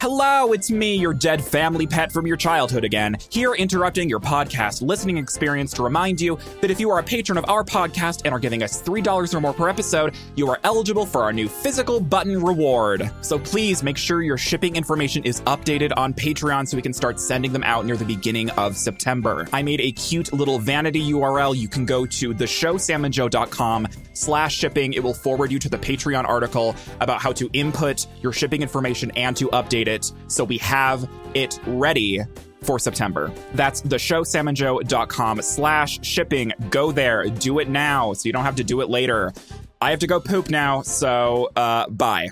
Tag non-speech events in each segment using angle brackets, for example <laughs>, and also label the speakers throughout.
Speaker 1: Hello, it's me, your dead family pet from your childhood again, here interrupting your podcast listening experience to remind you that if you are a patron of our podcast and are giving us $3 or more per episode, you are eligible for our new physical button reward. So please make sure your shipping information is updated on Patreon so we can start sending them out near the beginning of September. I made a cute little vanity URL. You can go to the show samandjoe.com slash shipping. It will forward you to the Patreon article about how to input your shipping information and to update it so we have it ready for September. That's the show samandjoe.com slash shipping. Go there, do it now so you don't have to do it later. I have to go poop now, so uh bye.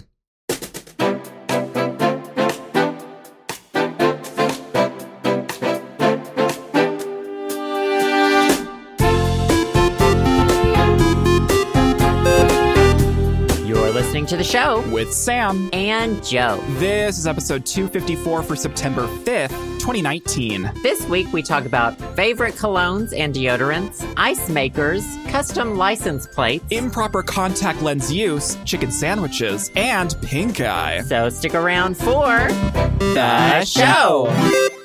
Speaker 2: You're listening to the show
Speaker 1: With Sam.
Speaker 2: and Joe.
Speaker 1: This is episode 254 for September 5th, 2019.
Speaker 2: This week we talk about favorite colognes and deodorants, ice makers, custom license plates.
Speaker 1: Improper contact lens use, chicken sandwiches, and pink eye.
Speaker 2: so stick around for the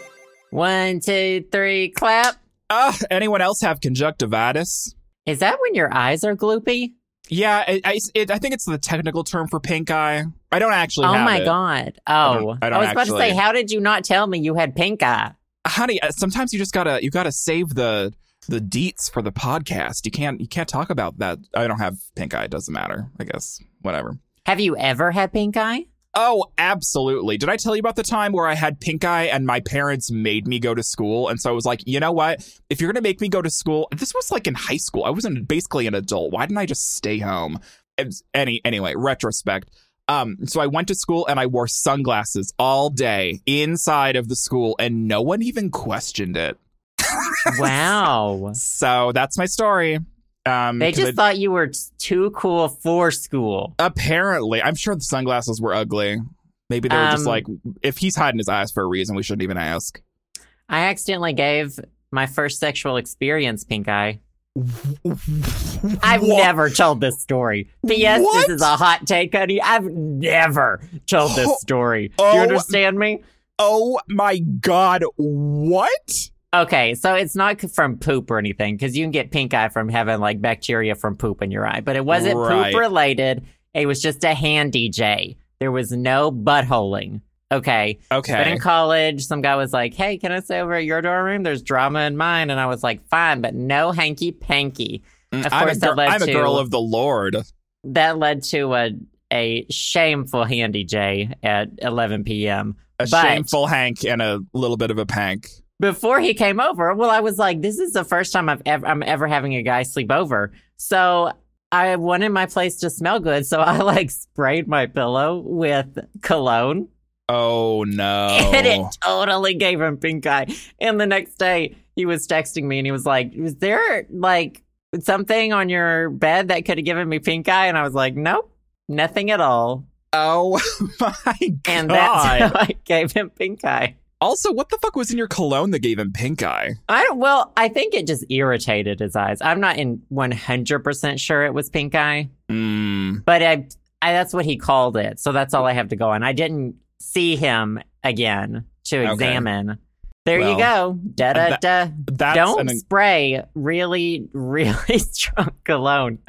Speaker 2: One, two, three, clap.
Speaker 1: Uh, anyone else have conjunctivitis?
Speaker 2: Is that when your eyes are gloopy?
Speaker 1: Yeah, I, I, it, I think it's the technical term for pink eye. I don't actually.
Speaker 2: oh
Speaker 1: have
Speaker 2: my
Speaker 1: it.
Speaker 2: god! Oh,
Speaker 1: I don't- I don't
Speaker 2: was about to
Speaker 1: actually-
Speaker 2: say, how did you not tell me you had pink eye?
Speaker 1: honey. uh, Sometimes you just gotta you gotta save the the deets for the podcast. You can't you can't talk about that. I don't have pink eye. It doesn't matter. I guess whatever.
Speaker 2: Have you ever had
Speaker 1: <laughs>
Speaker 2: pink eye?
Speaker 1: Oh, absolutely. Did I tell you about the time where I had pink eye and my parents made me go to school? And so I was like, you know what? If you're going to make me go to school, this was like in high school. I wasn't basically an adult. Why didn't I just stay home? It was- Any anyway, retrospect. Um, so I went to school and I wore sunglasses all day inside of the school and no one even questioned it.
Speaker 2: Wow!
Speaker 1: So that's my story. Um,
Speaker 2: they
Speaker 1: 'cause
Speaker 2: just
Speaker 1: it-
Speaker 2: thought you were t- too cool for school.
Speaker 1: apparently, I'm sure the sunglasses were ugly. Maybe they were
Speaker 2: Um,
Speaker 1: just like, if he's hiding his eyes for a reason, we shouldn't even ask.
Speaker 2: I accidentally gave my first sexual experience pink eye. I've
Speaker 1: Wha-
Speaker 2: never told this story. P.S.
Speaker 1: What?
Speaker 2: This is a hot take, honey. I've never told
Speaker 1: Ho-
Speaker 2: this story. Do
Speaker 1: Oh.
Speaker 2: you understand me?
Speaker 1: Oh my god, what?
Speaker 2: Okay, so it's not c- from poop or anything because you can get pink eye from having like bacteria from poop in your eye, but it wasn't
Speaker 1: Right.
Speaker 2: poop related. It was just a handy J. There was no buttholing. Okay. But
Speaker 1: Okay.
Speaker 2: in college, some guy was like, Hey, can I stay over at your dorm room? There's drama in mine. And I was like, Fine, but no hanky panky.
Speaker 1: Mm,
Speaker 2: of
Speaker 1: I'm, a
Speaker 2: course that
Speaker 1: girl,
Speaker 2: led
Speaker 1: I'm a
Speaker 2: to-
Speaker 1: girl of the Lord.
Speaker 2: That led to a, a shameful handy J at 11 p.m.
Speaker 1: A
Speaker 2: But-
Speaker 1: shameful Hank and a little bit of a pank.
Speaker 2: before he came over, well, I was like, this is the first time I've ever I'm ever having a guy sleep over. So I wanted my place to smell good, so I <laughs> like sprayed my pillow with cologne,
Speaker 1: Oh
Speaker 2: and it
Speaker 1: no.
Speaker 2: totally gave him pink eye. And the next day, he was texting me, and he was like, "Was there like something on your bed that could have given me pink eye?" And I was like, "Nope, nothing at all."
Speaker 1: oh <laughs> my god.
Speaker 2: And that's <laughs> how I gave him pink eye.
Speaker 1: also, what the fuck was in your cologne that gave him pink eye?
Speaker 2: I don't, well, I think it just irritated his eyes. I'm not in 100% sure it was pink eye,
Speaker 1: Mm.
Speaker 2: but I, I that's what he called it. So that's all I have to go on. I didn't see him again to
Speaker 1: Okay.
Speaker 2: examine. There you go. Da da
Speaker 1: and
Speaker 2: da.
Speaker 1: That's
Speaker 2: Don't
Speaker 1: an-
Speaker 2: spray really, really <laughs> strong cologne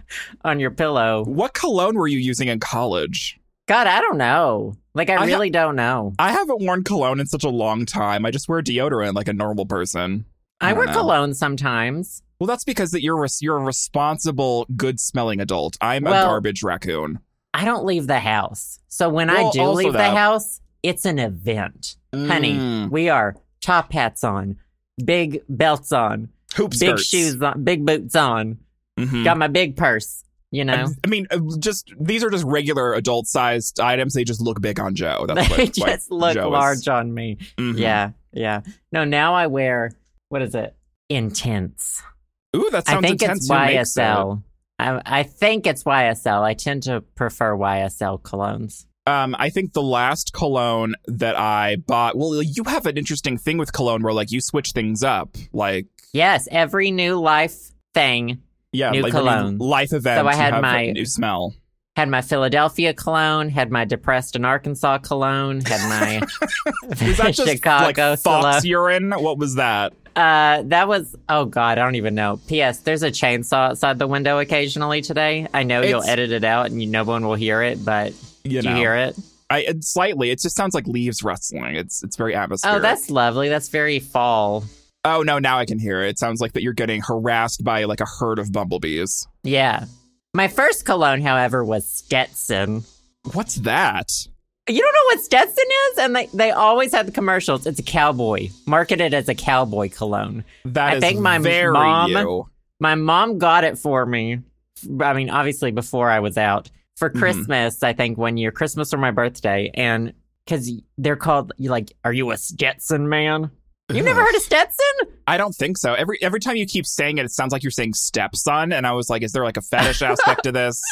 Speaker 2: on your pillow.
Speaker 1: what cologne were you using in college?
Speaker 2: God, I don't know. Like,
Speaker 1: I ha-
Speaker 2: I really don't know.
Speaker 1: I haven't worn cologne in such a long time. I just wear deodorant like a normal person. I
Speaker 2: I,
Speaker 1: don't
Speaker 2: wear
Speaker 1: know.
Speaker 2: cologne sometimes.
Speaker 1: Well, that's because that you're res- you're a responsible, good-smelling adult. I'm
Speaker 2: Well-
Speaker 1: a garbage raccoon.
Speaker 2: I don't leave the house. So when
Speaker 1: Well,
Speaker 2: I do
Speaker 1: also
Speaker 2: leave
Speaker 1: that.
Speaker 2: the house, it's an event. Honey,
Speaker 1: Mm.
Speaker 2: we are top hats on, big belts on,
Speaker 1: hoop
Speaker 2: big
Speaker 1: skirts.
Speaker 2: shoes on, big boots on.
Speaker 1: Mhm.
Speaker 2: Got my big purse, you know.
Speaker 1: I mean, uh, just these are just regular adult-sized items. They just look big on Joe.
Speaker 2: <laughs>
Speaker 1: That's
Speaker 2: they
Speaker 1: what, what
Speaker 2: just look
Speaker 1: Joe is.
Speaker 2: large on me.
Speaker 1: Mhm.
Speaker 2: Yeah, yeah. No, now I wear what is it? Intense.
Speaker 1: Ooh, that sounds
Speaker 2: I think
Speaker 1: intense.
Speaker 2: it's
Speaker 1: Who makes
Speaker 2: YSL. I, I think it's YSL. I tend to prefer YSL colognes.
Speaker 1: it? Um, I think the last cologne that I bought. Well, you have an interesting thing with cologne where like you switch things up, like
Speaker 2: Yes, every new life thing
Speaker 1: yeah,
Speaker 2: New
Speaker 1: like when you-
Speaker 2: cologne.
Speaker 1: life event.
Speaker 2: So I
Speaker 1: you
Speaker 2: had
Speaker 1: have a
Speaker 2: my- <laughs>
Speaker 1: new smell.
Speaker 2: Had my Philadelphia cologne, had my depressed in Arkansas cologne,
Speaker 1: <laughs>
Speaker 2: had my
Speaker 1: Was that just
Speaker 2: Chicago
Speaker 1: like fox
Speaker 2: cologne.
Speaker 1: urine? What was that?
Speaker 2: Uh, that was oh god, I don't even know. P.S. There's a chainsaw outside the window occasionally today. I know you'll
Speaker 1: It's-
Speaker 2: edit it out and you, no one will hear it, but
Speaker 1: You
Speaker 2: do
Speaker 1: know,
Speaker 2: you hear it?
Speaker 1: I it, slightly. It just sounds like leaves rustling. It's it's very atmospheric.
Speaker 2: Oh, that's lovely. That's very fall.
Speaker 1: Oh no, now I can hear it. It sounds like that you're getting harassed by like a herd of bumblebees.
Speaker 2: Yeah. My first cologne, however, was Stetson.
Speaker 1: What's that?
Speaker 2: You don't know what Stetson is? And they, they always had the commercials. It's a cowboy, marketed as a cowboy cologne.
Speaker 1: That
Speaker 2: I
Speaker 1: is
Speaker 2: think my
Speaker 1: very
Speaker 2: mom-
Speaker 1: you.
Speaker 2: My mom got it for me. I mean, obviously, before I was out for
Speaker 1: Mhm.
Speaker 2: Christmas, I think one year, Christmas or my birthday. And because they're called, you like, are you a Stetson man? You've never heard of Stetson?
Speaker 1: I don't think so. Every every time you keep saying it, it sounds like you're saying stepson, and I was like, is there like a fetish aspect to
Speaker 2: <laughs>
Speaker 1: this?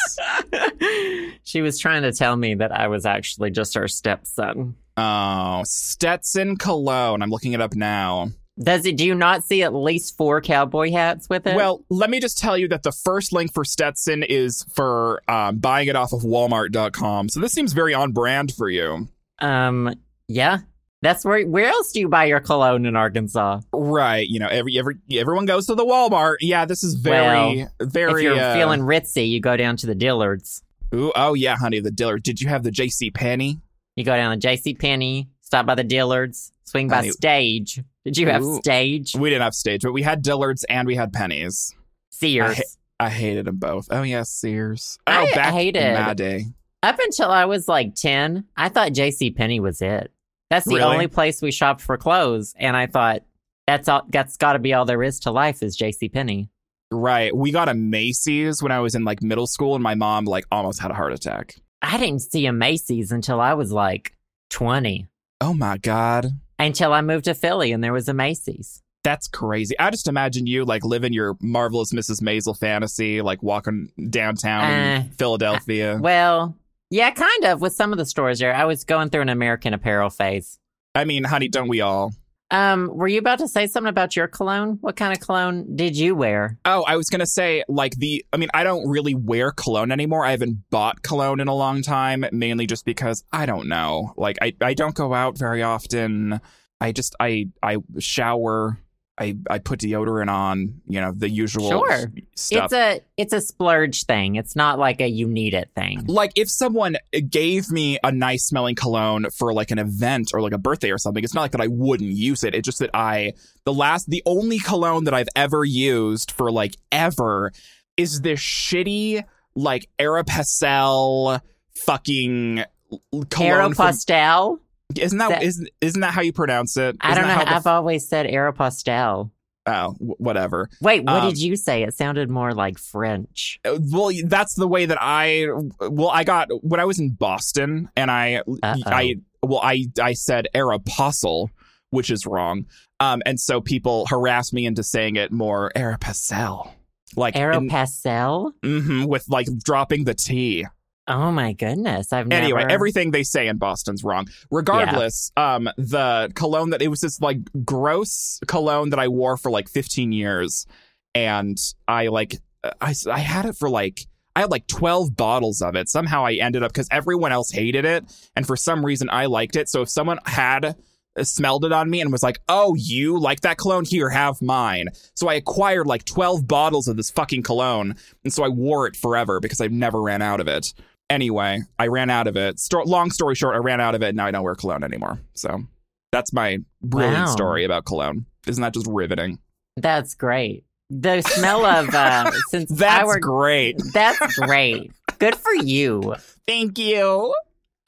Speaker 2: she was trying to tell me that I was actually just her stepson.
Speaker 1: Oh, Stetson cologne. I'm looking it up now.
Speaker 2: Does it? Do you not see at least four cowboy hats with it?
Speaker 1: Well, let me just tell you that the first link for Stetson is for um, buying it off of Walmart.com. So this seems very on brand for you,
Speaker 2: um, yeah, that's where. Where else do you buy your cologne in Arkansas?
Speaker 1: right? You know, every every everyone goes to the Walmart. Yeah, this is very very.
Speaker 2: if you're
Speaker 1: uh,
Speaker 2: feeling ritzy, you go down to the Dillards.
Speaker 1: ooh, oh yeah, honey, the Diller. Did you have the J.C. Penney?
Speaker 2: You go down to J.C. Penney, stop by the Dillards, swing by
Speaker 1: Honey-
Speaker 2: Stage. Did you have
Speaker 1: Ooh.
Speaker 2: Stage?
Speaker 1: We didn't have stage, but we had Dillard's and we had Pennies. I
Speaker 2: Sears.
Speaker 1: ha- I hated them both. Oh yes, Sears. Oh,
Speaker 2: I
Speaker 1: back
Speaker 2: hated-
Speaker 1: in my day.
Speaker 2: Up until I was like ten, I thought J.C. Penney was it. That's the
Speaker 1: Really?
Speaker 2: only place we shopped for clothes, and I thought that's all. That's got to be all there is to life is J.C. Penney.
Speaker 1: Right. We got a Macy's when I was in like middle school, and my mom like almost had a heart attack.
Speaker 2: I didn't see a Macy's until I was like 20,
Speaker 1: Oh my god.
Speaker 2: until I moved to Philly and there was a Macy's.
Speaker 1: That's crazy. I just imagine you like living your marvelous Mrs. Maisel fantasy, like walking downtown in
Speaker 2: Uh,
Speaker 1: Philadelphia.
Speaker 2: Well, yeah, kind of with some of the stores there. I was going through an American apparel phase.
Speaker 1: I mean, honey, don't we all?
Speaker 2: Um, were you about to say something about your cologne? What kind of cologne did you wear?
Speaker 1: Oh, I was gonna say like the. I mean, I don't really wear cologne anymore. I haven't bought cologne in a long time, mainly just because I don't know. Like, I I don't go out very often. I just I I shower. I I put deodorant on. You know the usual
Speaker 2: Sure.
Speaker 1: stuff.
Speaker 2: It's a it's a splurge thing. It's not like a you need it thing.
Speaker 1: like if someone gave me a nice smelling cologne for like an event or like a birthday or something it's not like that i wouldn't use it it's just that i the last the only cologne that i've ever used for like ever is this shitty like aeropastel fucking cologne from-
Speaker 2: Aeropostale.
Speaker 1: isn't that
Speaker 2: that-
Speaker 1: isn't isn't that how you pronounce it
Speaker 2: I don't know.
Speaker 1: Isn't that
Speaker 2: I've
Speaker 1: how
Speaker 2: always said Aeropostale.
Speaker 1: the, oh w- whatever
Speaker 2: Wait, what
Speaker 1: Um,
Speaker 2: did you say? It sounded more like French.
Speaker 1: Uh, well that's the way that i well i got when i was in boston and i
Speaker 2: Uh-oh.
Speaker 1: i well i i said aeropostale which is wrong um and so people harassed me into saying it more aeropostale like in-
Speaker 2: Aeropostale.
Speaker 1: mhm, with like dropping the t
Speaker 2: Oh my goodness! I've never.
Speaker 1: anyway everything they say in boston's wrong regardless um the cologne that it was this like gross cologne that i wore for like 15 years and i like i, I had it for like i had like 12 bottles of it somehow i ended up because everyone else hated it and for some reason i liked it so if someone had smelled it on me and was like oh you like that cologne here have mine so i acquired like 12 bottles of this fucking cologne and so i wore it forever because i never ran out of it anyway, I ran out of it. Sto- long story short, I ran out of it, and now I don't wear cologne anymore. So that's my brilliant
Speaker 2: Wow.
Speaker 1: story about cologne. Isn't that just riveting?
Speaker 2: That's great. The smell of
Speaker 1: <laughs>
Speaker 2: uh, since I
Speaker 1: That's
Speaker 2: work.
Speaker 1: great.
Speaker 2: That's great. Good for you.
Speaker 1: Thank you.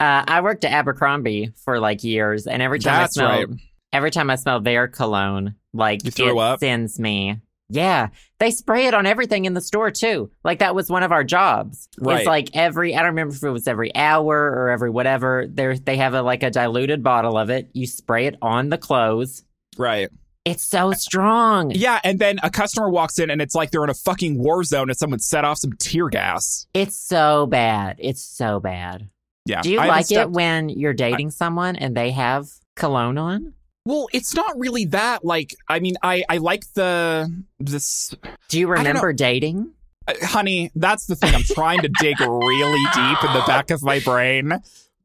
Speaker 2: Uh, I worked at Abercrombie for like years, and every time
Speaker 1: That's
Speaker 2: I smell,
Speaker 1: right.
Speaker 2: every time I smell their cologne, like
Speaker 1: You threw
Speaker 2: it
Speaker 1: up?
Speaker 2: sends me. Yeah, they spray it on everything in the store too. Like that was one of our jobs.
Speaker 1: Right.
Speaker 2: It's like every I don't remember if it was every hour or every whatever. There they have a like a diluted bottle of it. You spray it on the clothes.
Speaker 1: Right.
Speaker 2: It's so strong.
Speaker 1: Yeah, and then a customer walks in, and it's like they're in a fucking war zone, and someone set off some tear gas.
Speaker 2: It's so bad. It's so bad.
Speaker 1: Yeah.
Speaker 2: Do you
Speaker 1: I haven't
Speaker 2: like it
Speaker 1: stepped-
Speaker 2: when you're dating someone and they have cologne on?
Speaker 1: Well, it's not really that. Like, I mean, I I like the this.
Speaker 2: Do you
Speaker 1: don't know.
Speaker 2: remember dating?
Speaker 1: Uh, honey, that's the thing. I'm trying to dig really deep in the back of my brain,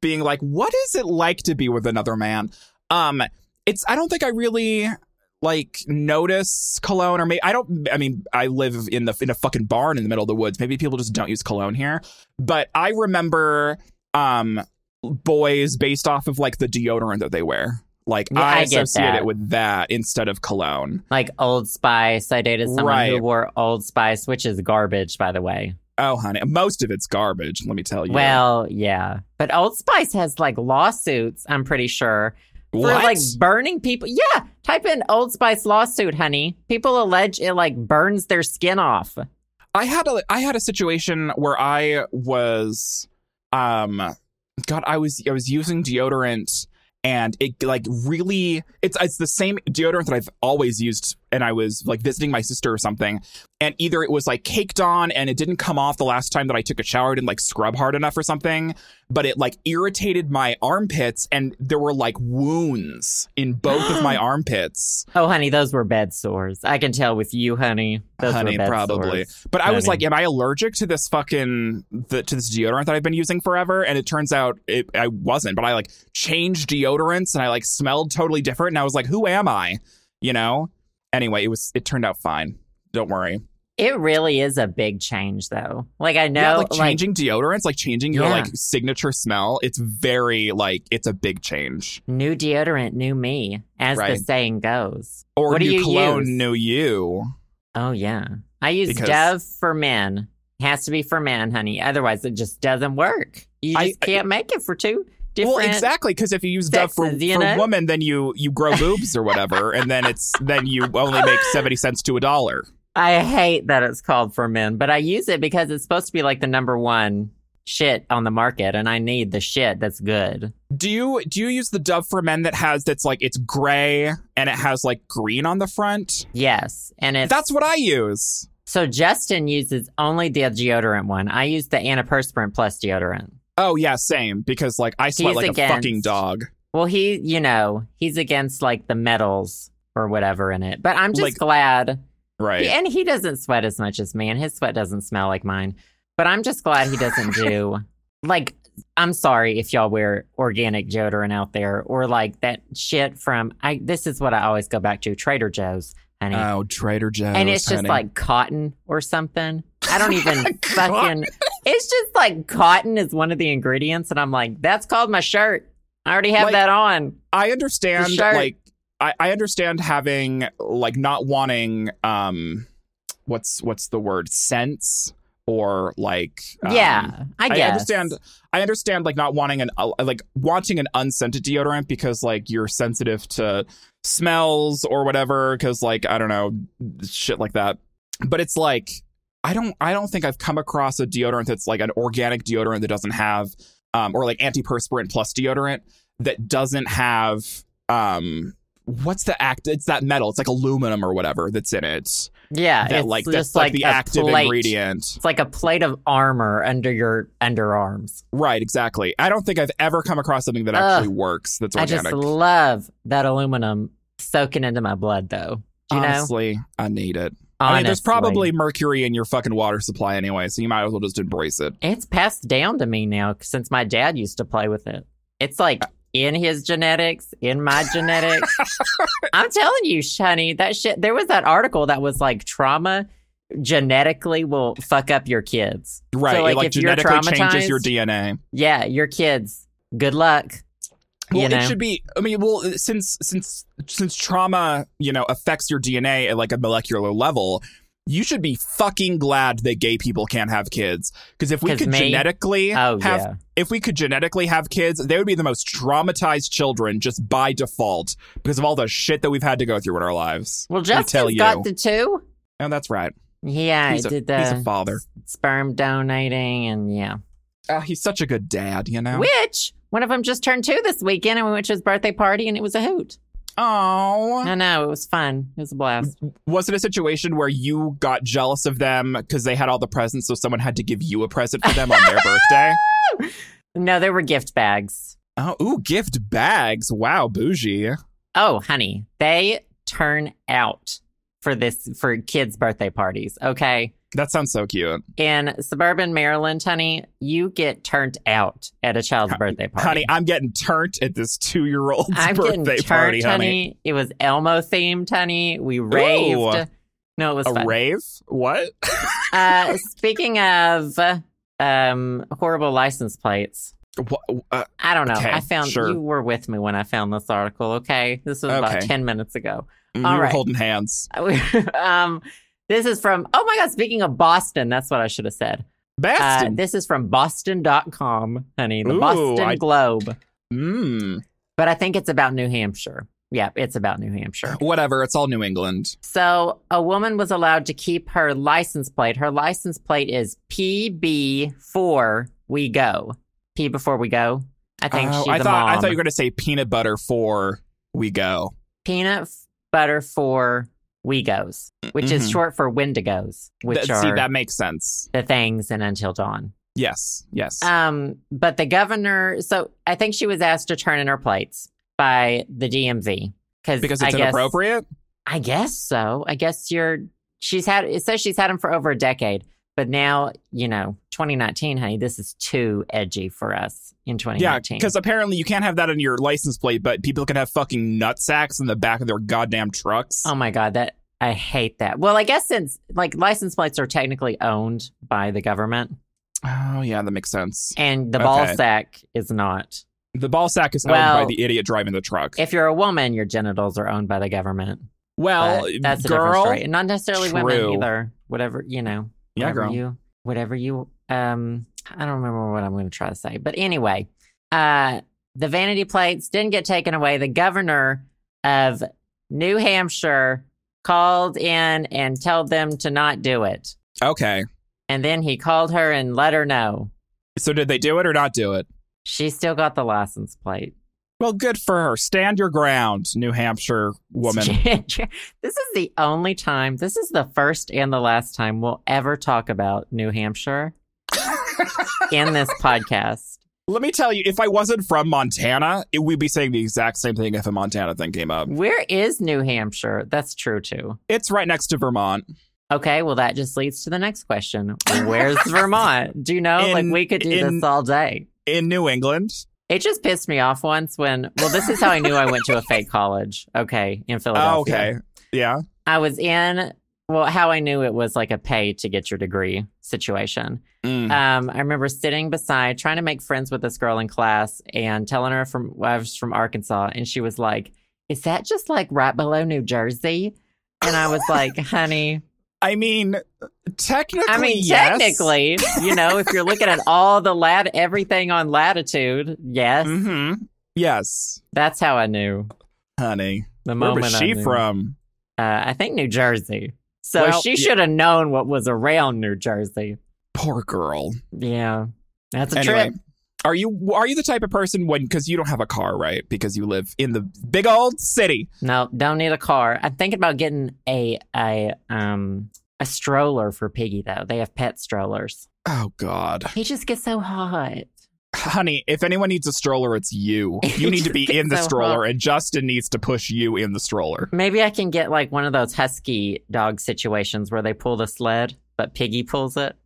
Speaker 1: being like, what is it like to be with another man? Um, it's I don't think I really like notice cologne or maybe I don't I mean I live in the in a fucking barn in the middle of the woods. Maybe people just don't use cologne here. But I remember um boys based off of like the deodorant that they wear. Like
Speaker 2: Yeah,
Speaker 1: I,
Speaker 2: I get
Speaker 1: associate
Speaker 2: that.
Speaker 1: it with that instead of cologne.
Speaker 2: Like Old Spice. I dated someone who
Speaker 1: Right.
Speaker 2: wore Old Spice, which is garbage, by the way.
Speaker 1: Oh, honey, most of it's garbage. Let me tell you.
Speaker 2: Well, yeah. But Old Spice has like lawsuits, I'm pretty sure. For
Speaker 1: What?
Speaker 2: like burning people. Yeah. Type in Old Spice lawsuit, honey. People allege it like burns their skin off.
Speaker 1: I had a I had a situation where I was um god I was I was using deodorant and it like really it's it's the same deodorant that I've always used and I was like visiting my sister or something and either it was like caked on and it didn't come off the last time that I took a shower I didn't like scrub hard enough or something but it like irritated my armpits and there were like wounds in both of my armpits
Speaker 2: Oh, honey, those were bed sores. I can tell with you, honey. Those
Speaker 1: Honey,
Speaker 2: were bed
Speaker 1: probably.
Speaker 2: sores.
Speaker 1: But I was
Speaker 2: Honey.
Speaker 1: like, am I allergic to this fucking the, to this deodorant that I've been using forever? And it turns out it, I wasn't. But I like changed deodorants and I like smelled totally different. And I was like, who am I? You know. Anyway, it was it turned out fine. Don't worry.
Speaker 2: It really is a big change, though. Like I know,
Speaker 1: yeah, like
Speaker 2: like,
Speaker 1: changing deodorants, like changing your
Speaker 2: Yeah.
Speaker 1: like signature smell. It's very like it's a big change.
Speaker 2: new deodorant, new me, as
Speaker 1: Right.
Speaker 2: the saying goes.
Speaker 1: Or
Speaker 2: What do
Speaker 1: new
Speaker 2: you
Speaker 1: cologne,
Speaker 2: use?
Speaker 1: new you.
Speaker 2: Oh yeah, I use
Speaker 1: Because-
Speaker 2: Dove for men. Has to be for men, honey. Otherwise, it just doesn't work. You
Speaker 1: I-
Speaker 2: just can't make it for two different.
Speaker 1: Well, exactly, because if you use Dove for,
Speaker 2: sexes, you
Speaker 1: for
Speaker 2: know?
Speaker 1: woman, then you you grow boobs or whatever, and then it's then you only make seventy cents to a dollar.
Speaker 2: I hate that it's called for men, but I use it because it's supposed to be like the number one shit on the market, and I need the shit that's good.
Speaker 1: Do you do you use the Dove for men that has that's like it's gray and it has like green on the front?
Speaker 2: Yes, and it's
Speaker 1: That's what I use.
Speaker 2: So Justin uses only the deodorant one. I use the antiperspirant plus deodorant.
Speaker 1: Oh yeah, same because like I sweat
Speaker 2: He's
Speaker 1: like a
Speaker 2: against-
Speaker 1: fucking dog.
Speaker 2: Well, he, you know, he's against like the metals or whatever in it. But I'm just
Speaker 1: Like-
Speaker 2: glad.
Speaker 1: Right.
Speaker 2: And he doesn't sweat as much as me, and his sweat doesn't smell like mine. But I'm just glad
Speaker 1: <laughs>
Speaker 2: he doesn't do like. I'm sorry if y'all wear organic deodorant out there or like that shit from I. This is what I always go back to Trader Joe's, honey.
Speaker 1: Oh, Trader Joe's.
Speaker 2: and it's just
Speaker 1: honey.
Speaker 2: like cotton or something. I don't
Speaker 1: <laughs>
Speaker 2: even fucking. It's just like cotton is one of the ingredients, and I'm like, that's called my shirt. I already have
Speaker 1: Like-
Speaker 2: that on.
Speaker 1: I understand
Speaker 2: The shirt.
Speaker 1: like I, I understand having like not wanting um what's what's the word? Sense or like um,
Speaker 2: yeah, I
Speaker 1: I
Speaker 2: guess.
Speaker 1: understand. I understand like not wanting an uh, like wanting an unscented deodorant because like you're sensitive to smells or whatever because like I don't know shit like that. But it's like I don't I don't think I've come across a deodorant that's like an organic deodorant that doesn't have um or like antiperspirant plus deodorant that doesn't have um what's the act it's that metal it's like aluminum or whatever that's in it
Speaker 2: Yeah,
Speaker 1: that
Speaker 2: Uh, it's
Speaker 1: like
Speaker 2: just
Speaker 1: that's like, the
Speaker 2: a
Speaker 1: active
Speaker 2: plate.
Speaker 1: ingredient
Speaker 2: It's like a plate of armor under your underarms.
Speaker 1: Right, exactly. I don't think I've ever come across something that
Speaker 2: Ugh.
Speaker 1: actually works that's
Speaker 2: I
Speaker 1: organic.
Speaker 2: just love that aluminum soaking into my blood, though. Do you know?
Speaker 1: Honestly, I need it. I mean, there's
Speaker 2: Honestly.
Speaker 1: probably mercury in your fucking water supply anyway, so you might as well just embrace it.
Speaker 2: It's passed down to me now since my dad used to play with it. It's like in his genetics, in
Speaker 1: <laughs>
Speaker 2: my genetics. I'm telling you, Shani, that shit. There was that article that was like trauma genetically will fuck up your kids.
Speaker 1: Right.
Speaker 2: So,
Speaker 1: it
Speaker 2: like,
Speaker 1: like
Speaker 2: if you're
Speaker 1: genetically changes your
Speaker 2: traumatized-
Speaker 1: DNA.
Speaker 2: Yeah, your kids. Good luck.
Speaker 1: Well,
Speaker 2: you know?
Speaker 1: it should be I mean, well, uh, since since since trauma, you know, affects your DNA at like a molecular level, you should be fucking glad that gay people can't have kids. Because if we
Speaker 2: 'Cause
Speaker 1: could
Speaker 2: me-
Speaker 1: genetically
Speaker 2: oh
Speaker 1: have
Speaker 2: yeah.
Speaker 1: if we could genetically have kids, they would be the most traumatized children just by default because of all the shit that we've had to go through in our lives.
Speaker 2: Well,
Speaker 1: tell
Speaker 2: Justin's
Speaker 1: you.
Speaker 2: got the two.
Speaker 1: And that's right.
Speaker 2: Yeah,
Speaker 1: He's
Speaker 2: I
Speaker 1: a-
Speaker 2: did
Speaker 1: he's
Speaker 2: the
Speaker 1: a father.
Speaker 2: s- sperm donating, and yeah.
Speaker 1: Uh, he's such a good dad, you know.
Speaker 2: Which one of them just turned two this weekend, and we went to his birthday party, and it was a hoot.
Speaker 1: Oh,
Speaker 2: I know it was fun. It was a blast.
Speaker 1: was it a situation where you got jealous of them because they had all the presents, so someone had to give you a present for them on
Speaker 2: <laughs>
Speaker 1: their birthday?
Speaker 2: No, there were gift bags.
Speaker 1: Oh, ooh, gift bags. Wow, bougie.
Speaker 2: Oh, honey, they turn out for this for kids' birthday parties. Okay.
Speaker 1: That sounds so cute.
Speaker 2: In suburban Maryland, honey, you get turned out at a child's birthday party.
Speaker 1: Honey, I'm getting turnt at this two year old's
Speaker 2: I'm
Speaker 1: birthday
Speaker 2: getting turned,
Speaker 1: party, honey.
Speaker 2: honey. It was Elmo themed, honey. We raved. No, it was
Speaker 1: A
Speaker 2: fun.
Speaker 1: rave? What?
Speaker 2: uh, speaking of um, horrible license plates,
Speaker 1: Wha- uh,
Speaker 2: I don't know.
Speaker 1: Okay,
Speaker 2: I found
Speaker 1: sure.
Speaker 2: you were with me when I found this article. Okay, this was about
Speaker 1: Okay.
Speaker 2: ten minutes ago. <laughs>
Speaker 1: we
Speaker 2: All
Speaker 1: were
Speaker 2: right.
Speaker 1: holding hands.
Speaker 2: um, this is from. Oh my God! Speaking of Boston, that's what I should have said. Uh,
Speaker 1: Bastin.
Speaker 2: this is from Boston.com, honey, the
Speaker 1: Ooh,
Speaker 2: Boston
Speaker 1: I-
Speaker 2: Globe.
Speaker 1: mm.
Speaker 2: But I think it's about New Hampshire. Yeah, it's about New Hampshire.
Speaker 1: Whatever. It's all New England.
Speaker 2: So a woman was allowed to keep her license plate. Her license plate is PB4 We Go. P before we go. I think
Speaker 1: Oh,
Speaker 2: she's
Speaker 1: I
Speaker 2: a
Speaker 1: thought
Speaker 2: mom.
Speaker 1: I thought you were going to say peanut butter for we go.
Speaker 2: Peanut f- butter for We Goes, which is
Speaker 1: Mhm.
Speaker 2: short for Wendigos, which
Speaker 1: That-
Speaker 2: are
Speaker 1: see, that makes sense.
Speaker 2: the things and Until Dawn.
Speaker 1: Yes. Yes.
Speaker 2: Um, but the governor, so I think she was asked to turn in her plates by the DMV
Speaker 1: because
Speaker 2: I
Speaker 1: it's
Speaker 2: guess,
Speaker 1: inappropriate.
Speaker 2: I guess so. I guess you're. She's had. It says she's had him for over a decade, but now you know, 2019, honey. This is too edgy for us in
Speaker 1: Yeah,
Speaker 2: 2019.
Speaker 1: because apparently you can't have that on your license plate, but people can have fucking nut sacks in the back of their goddamn trucks.
Speaker 2: oh my god, that I hate that. Well, I guess since like license plates are technically owned by the government,
Speaker 1: Oh, yeah, that makes sense.
Speaker 2: and the ball
Speaker 1: Okay.
Speaker 2: sack is not.
Speaker 1: The ball sack is owned
Speaker 2: Well,
Speaker 1: by the idiot driving the truck.
Speaker 2: If you're a woman, your genitals are owned by the government.
Speaker 1: well,
Speaker 2: But that's a different
Speaker 1: girl,
Speaker 2: story. And Not necessarily women
Speaker 1: True.
Speaker 2: either. Whatever you know.
Speaker 1: yeah,
Speaker 2: whatever
Speaker 1: girl.
Speaker 2: you whatever you um I don't remember what I'm going to try to say. But anyway, uh the vanity plates didn't get taken away. The governor of New Hampshire called in and told them to not do it.
Speaker 1: Okay,
Speaker 2: And then he called her and let her know.
Speaker 1: so did they do it or not do it?
Speaker 2: She still got the license plate.
Speaker 1: Well, good for her. Stand your ground, New Hampshire
Speaker 2: <laughs>
Speaker 1: woman.
Speaker 2: this is the only time, this is the first and the last time we'll ever talk about
Speaker 1: <laughs>
Speaker 2: New Hampshire in this podcast.
Speaker 1: Let me tell you, if I wasn't from Montana, it, we'd be saying the exact same thing if a Montana thing came up.
Speaker 2: Where is New Hampshire? That's true too.
Speaker 1: It's right next to Vermont.
Speaker 2: Okay, well that just leads to the next question.
Speaker 1: <laughs>
Speaker 2: Where's Vermont? Do you know?
Speaker 1: In-
Speaker 2: like we could do
Speaker 1: in-
Speaker 2: this all day.
Speaker 1: In New England,
Speaker 2: It just pissed me off once when well, this is how I knew I went to a fake college, okay, in Philadelphia.
Speaker 1: Oh, okay. Yeah.
Speaker 2: I was in well, how I knew it was like a pay to get your degree situation.
Speaker 1: Mm.
Speaker 2: Um, I remember sitting beside, trying to make friends with this girl in class, and telling her from well, I was from Arkansas, and she was like, "Is that just like right below New Jersey?" And I was
Speaker 1: <laughs>
Speaker 2: like, "Honey,
Speaker 1: I mean, technically,
Speaker 2: I mean,
Speaker 1: yes.
Speaker 2: technically, you know, if you're looking at all the lat, everything on latitude, yes,
Speaker 1: Mm-hmm. Yes,
Speaker 2: that's how I knew
Speaker 1: honey.
Speaker 2: the
Speaker 1: Where
Speaker 2: moment.
Speaker 1: was
Speaker 2: I
Speaker 1: she
Speaker 2: knew.
Speaker 1: from?
Speaker 2: Uh, I think New Jersey. So
Speaker 1: Well,
Speaker 2: she
Speaker 1: yeah.
Speaker 2: should have known what was around New Jersey.
Speaker 1: Poor girl.
Speaker 2: Yeah, that's a
Speaker 1: anyway,
Speaker 2: trip.
Speaker 1: are you are you the type of person when because you don't have a car, right? Because you live in the big old city.
Speaker 2: No, don't need a car. I'm thinking about getting a a um a stroller for Piggy though. They have pet strollers.
Speaker 1: Oh God,
Speaker 2: He just gets so hot.
Speaker 1: honey! If anyone needs a stroller, it's
Speaker 2: <laughs>
Speaker 1: you. You
Speaker 2: It
Speaker 1: need to
Speaker 2: just
Speaker 1: be
Speaker 2: gets
Speaker 1: in the
Speaker 2: so
Speaker 1: stroller, and Justin needs to push you in the stroller.
Speaker 2: Maybe I can get like one of those husky dog situations where they pull the sled, but Piggy pulls it.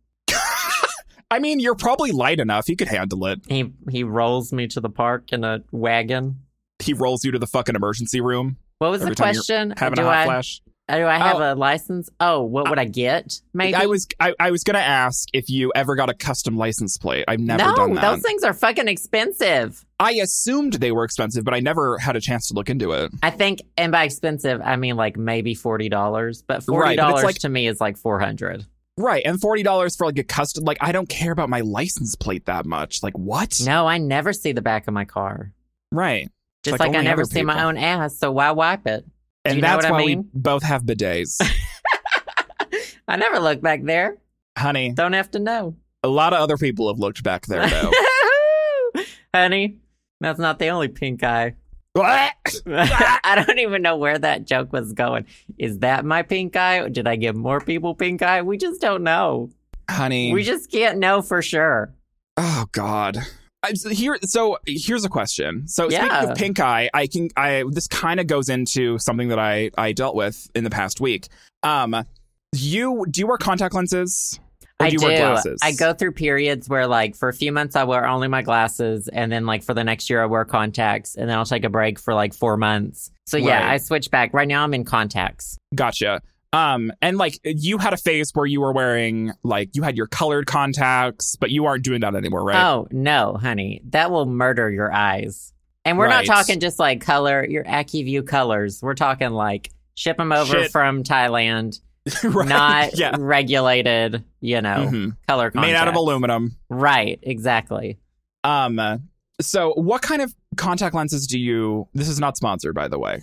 Speaker 1: I mean, you're probably light enough; he could handle it.
Speaker 2: He he rolls me to the park in a wagon.
Speaker 1: He rolls you to the fucking emergency room,
Speaker 2: What was
Speaker 1: Every
Speaker 2: the
Speaker 1: time you're
Speaker 2: question?
Speaker 1: having
Speaker 2: do
Speaker 1: a hot
Speaker 2: I
Speaker 1: flash.
Speaker 2: do I have a license? Oh, what would I get? Maybe
Speaker 1: I was I, I was gonna ask if you ever got a custom license plate. I've never
Speaker 2: no.
Speaker 1: done that.
Speaker 2: Those things are fucking expensive.
Speaker 1: I assumed they were expensive, but I never had a chance to look into it.
Speaker 2: I think, and by expensive, I mean like maybe forty dollars. But forty
Speaker 1: Right, but
Speaker 2: dollars
Speaker 1: it's like-
Speaker 2: to me is like four hundred.
Speaker 1: Right, and forty dollars for like a custom. Like, I don't care about my license plate that much. Like, what?
Speaker 2: No, I never see the back of my car.
Speaker 1: Right,
Speaker 2: Just
Speaker 1: like
Speaker 2: like, I
Speaker 1: only
Speaker 2: never
Speaker 1: other
Speaker 2: see my
Speaker 1: people.
Speaker 2: own ass. So why wipe it?
Speaker 1: and
Speaker 2: you know
Speaker 1: that's
Speaker 2: what I
Speaker 1: why we
Speaker 2: mean?
Speaker 1: both have bidets,
Speaker 2: <laughs> I never look back there.
Speaker 1: honey.
Speaker 2: Don't have to know.
Speaker 1: A lot of other people have looked back there
Speaker 2: <laughs>
Speaker 1: though.
Speaker 2: Honey, that's not the only pink eye. <laughs>
Speaker 1: what?
Speaker 2: I don't even know where that joke was going. Is that my pink eye? Did I give more people pink eye? We just don't know.
Speaker 1: Honey,
Speaker 2: We just can't know for sure.
Speaker 1: oh god. I'm, so here, so here's a question. So speaking
Speaker 2: Yeah.
Speaker 1: of pink eye, I can. I this kind of goes into something that I I dealt with in the past week. Um, you do you wear contact lenses? Or
Speaker 2: I
Speaker 1: do you
Speaker 2: do.
Speaker 1: wear glasses?
Speaker 2: I go through periods where, like, for a few months, I wear only my glasses, and then, like, for the next year, I wear contacts, and then I'll take a break for like four months. So yeah,
Speaker 1: Right.
Speaker 2: I switch back. Right now, I'm in contacts.
Speaker 1: Gotcha. Um, and like you had a phase where you were wearing like you had your colored contacts, but you aren't doing that anymore, right?
Speaker 2: Oh no, honey, that will murder your eyes. And we're
Speaker 1: Right.
Speaker 2: not talking just like color your AccuView colors. We're talking like ship them over
Speaker 1: Shit.
Speaker 2: from Thailand,
Speaker 1: <laughs> Right?
Speaker 2: Oh, not
Speaker 1: yeah.
Speaker 2: regulated. You know,
Speaker 1: Mhm.
Speaker 2: color
Speaker 1: Made out of
Speaker 2: contact.
Speaker 1: aluminum.
Speaker 2: right, exactly.
Speaker 1: Um, so what kind of contact lenses do you? This is not sponsored, by the way.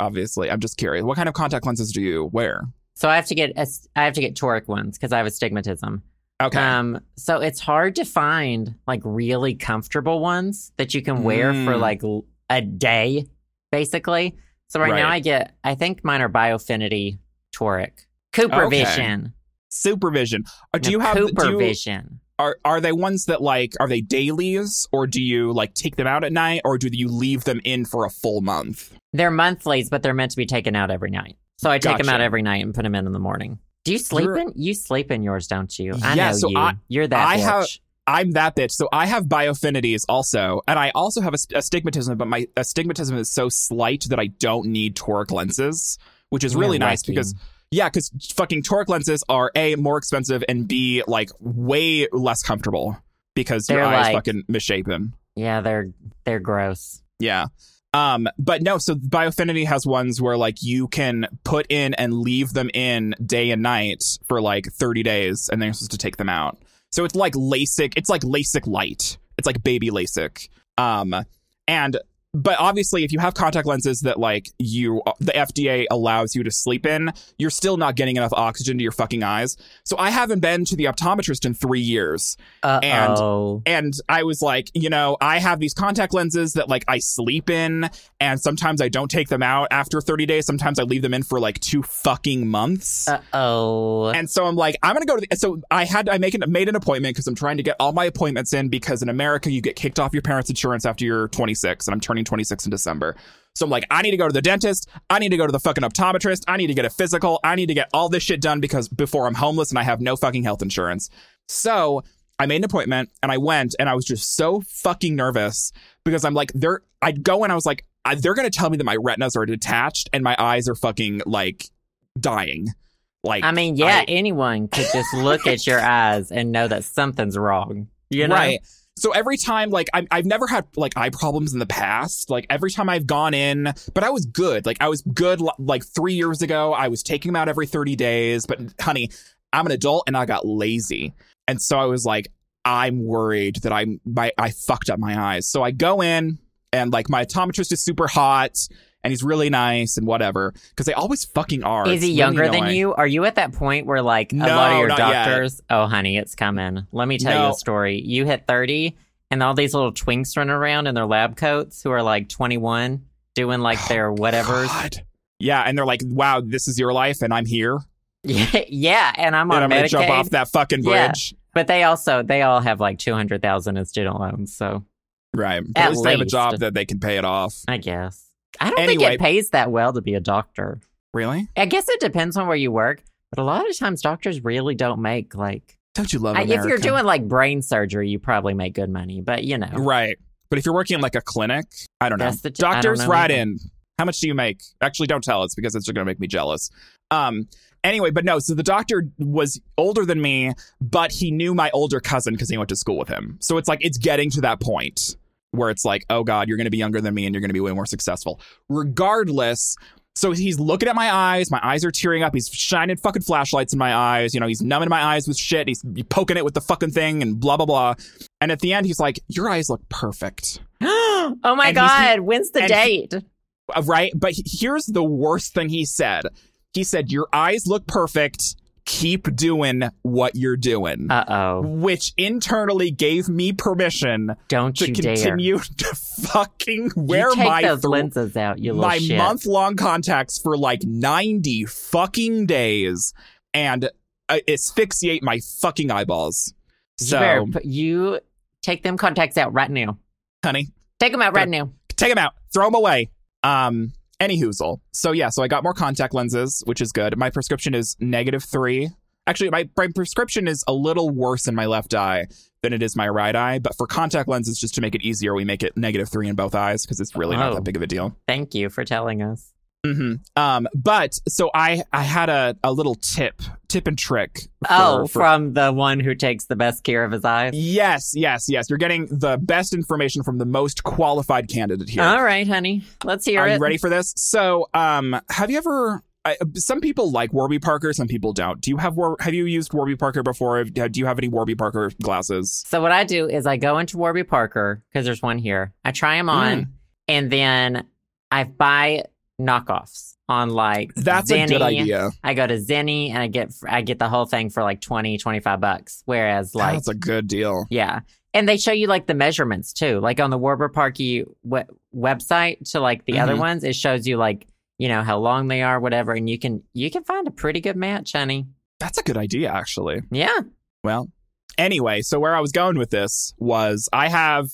Speaker 1: Obviously, I'm just curious. What kind of contact lenses do you wear?
Speaker 2: So I have to get a, I have to get toric ones because I have astigmatism.
Speaker 1: Okay.
Speaker 2: Um, so it's hard to find like really comfortable ones that you can wear for
Speaker 1: Mm.
Speaker 2: like l- a day, basically. So right, now
Speaker 1: Right.
Speaker 2: I get, I think mine are Biofinity Toric, Cooper
Speaker 1: Okay.
Speaker 2: Vision,
Speaker 1: Supervision. Uh, do
Speaker 2: No,
Speaker 1: you have?
Speaker 2: Cooper
Speaker 1: do you-
Speaker 2: Vision?
Speaker 1: are are they ones that like are they dailies or do you like take them out at night or do you leave them in for a full month?
Speaker 2: They're monthlies, but they're meant to be taken out every night. So I take them out
Speaker 1: Gotcha.
Speaker 2: every night and put them in in the morning. Do you sleep
Speaker 1: You're-
Speaker 2: in? You sleep in yours, don't you? I
Speaker 1: Yeah,
Speaker 2: know
Speaker 1: so
Speaker 2: you.
Speaker 1: I-
Speaker 2: You're that
Speaker 1: I
Speaker 2: bitch.
Speaker 1: have- I'm that bitch. So I have biofinities also, and I also have ast- astigmatism, but my astigmatism is so slight that I don't need toric lenses, which is
Speaker 2: You're
Speaker 1: really nice
Speaker 2: lucky.
Speaker 1: because yeah, because fucking toric lenses are a more expensive and b like way less comfortable because your
Speaker 2: They're
Speaker 1: eyes
Speaker 2: like-
Speaker 1: fucking misshapen.
Speaker 2: yeah, they're they're gross.
Speaker 1: Yeah. Um, but no, so Biofinity has ones where like you can put in and leave them in day and night for like 30 days and then you're supposed to take them out. So it's like LASIK, it's like LASIK light. It's like baby LASIK. Um and but obviously if you have contact lenses that like you the FDA allows you to sleep in, you're still not getting enough oxygen to your fucking eyes. So I haven't been to the optometrist in 3 years
Speaker 2: Uh
Speaker 1: And-
Speaker 2: oh.
Speaker 1: and I was like, you know, I have these contact lenses that like I sleep in, and sometimes I don't take them out after 30 days. Sometimes I leave them in for like two fucking months.
Speaker 2: Uh oh.
Speaker 1: and so I'm like, I'm gonna go to. The, so I had I make an, made an appointment because I'm trying to get all my appointments in because in America you get kicked off your parents' insurance after you're 26, and I'm turning 26 in December. So I'm like, I need to go to the dentist. I need to go to the fucking optometrist. I need to get a physical. I need to get all this shit done because before I'm homeless and I have no fucking health insurance. So I made an appointment and I went and I was just so fucking nervous because I'm like, they're, I'd go and I was like, I, they're going to tell me that my retinas are detached and my eyes are fucking like dying. Like,
Speaker 2: I mean, yeah,
Speaker 1: I-
Speaker 2: anyone could just look at your eyes and know that something's wrong. You know?
Speaker 1: Right. So every time, like, I'm, I've never had like eye problems in the past. Like every time I've gone in, but I was good. Like I was good. li- Like three years ago, I was taking them out every 30 days. But honey, I'm an adult and I got lazy, and so I was like, I'm worried that I'm my I fucked up my eyes. So I go in and like my optometrist is super hot and he's really nice and whatever because they always fucking are.
Speaker 2: Is
Speaker 1: It's
Speaker 2: he
Speaker 1: really
Speaker 2: younger than
Speaker 1: annoying.
Speaker 2: you? Are you at that point where like a
Speaker 1: No,
Speaker 2: lot of your
Speaker 1: not yet.
Speaker 2: doctors? Oh, honey, it's coming. Let me tell you
Speaker 1: No.
Speaker 2: a story. You hit thirty, and all these little twinks running around in their lab coats who are like twenty-one, doing like their whatever's.
Speaker 1: Oh, God. Yeah, and they're like, "Wow, this is your life, and I'm here."
Speaker 2: <laughs> yeah, yeah, and I'm on
Speaker 1: and I'm gonna jump
Speaker 2: Medicaid,
Speaker 1: off that fucking
Speaker 2: Yeah.
Speaker 1: bridge.
Speaker 2: but they also they all have like two hundred thousand in student loans. So
Speaker 1: Right. At,
Speaker 2: At
Speaker 1: least, they have a
Speaker 2: least.
Speaker 1: job that they can pay it off.
Speaker 2: I guess I don't think
Speaker 1: Anyway.
Speaker 2: it pays that well to be a doctor.
Speaker 1: Really?
Speaker 2: I guess it depends on where you work, but a lot of times doctors really don't make like
Speaker 1: Don't you love
Speaker 2: I, if
Speaker 1: America?
Speaker 2: you're doing like brain surgery, you probably make good money. But you know,
Speaker 1: right. But if you're working in like a clinic, I don't know.
Speaker 2: That's the t- I don't
Speaker 1: Doctors,
Speaker 2: know
Speaker 1: right
Speaker 2: either.
Speaker 1: in. How much do you make? Actually, don't tell us because it's going to make me jealous. Um. Anyway, but no. So the doctor was older than me, but he knew my older cousin because he went to school with him. So it's like it's getting to that point where it's like, oh god, you're going to be younger than me and you're going to be way more successful. Regardless, So he's looking at my eyes. My eyes are tearing up. He's shining fucking flashlights in my eyes. You know, he's numbing my eyes with shit. He's poking it with the fucking thing and blah, blah, blah. And at the end, he's like, Your eyes look perfect.
Speaker 2: <gasps> oh my
Speaker 1: And he's-
Speaker 2: god, when's the
Speaker 1: and
Speaker 2: date?
Speaker 1: Uh, Right? But he- here's the worst thing he said He said, Your eyes look perfect. Keep doing what you're doing.
Speaker 2: Uh oh,
Speaker 1: which internally gave me permission
Speaker 2: don't
Speaker 1: to
Speaker 2: you dare!
Speaker 1: continue <laughs> to fucking wear
Speaker 2: you take
Speaker 1: my
Speaker 2: those
Speaker 1: thr-
Speaker 2: lenses out, you little
Speaker 1: my
Speaker 2: shit.
Speaker 1: month long contacts for like 90 fucking days and uh, asphyxiate my fucking eyeballs.
Speaker 2: You
Speaker 1: So,
Speaker 2: better put- you take them contacts out right now.
Speaker 1: honey,
Speaker 2: Take them out right now.
Speaker 1: take them out, throw them away. Um, Any hoozle. So yeah, so I got more contact lenses, which is good. My prescription is negative three. Actually, my, my prescription is a little worse in my left eye than it is my right eye. But for contact lenses, just to make it easier, we make it negative three in both eyes because it's really not
Speaker 2: Oh.
Speaker 1: that big of a deal.
Speaker 2: Thank you for telling us.
Speaker 1: hmm Um, but so I I had a, a little tip, tip and trick. for-
Speaker 2: Oh,
Speaker 1: for
Speaker 2: from the one who takes the best care of his eyes.
Speaker 1: Yes, yes, yes. You're getting the best information from the most qualified candidate here.
Speaker 2: All right, honey. Let's hear
Speaker 1: Are
Speaker 2: it.
Speaker 1: you ready for this? So, um, have you ever? I, some people like Warby Parker, some people don't. Do you have War? Have you used Warby Parker before? Do you have any Warby Parker glasses?
Speaker 2: So what I do is I go into Warby Parker because there's one here. I try them on,
Speaker 1: Mm.
Speaker 2: and then I buy knockoffs on like
Speaker 1: That's a good
Speaker 2: Zenni.
Speaker 1: idea.
Speaker 2: I go to Zenny and I get I get the whole thing for like 20, 25 bucks. Whereas like
Speaker 1: That's a good deal.
Speaker 2: yeah, and they show you like the measurements too. Like on the Warby Parker we- website to like the other
Speaker 1: Mhm.
Speaker 2: ones, it shows you like you know how long they are, whatever, and you can you can find a pretty good match, honey.
Speaker 1: That's a good idea, actually.
Speaker 2: Yeah.
Speaker 1: Well, anyway, so where I was going with this was I have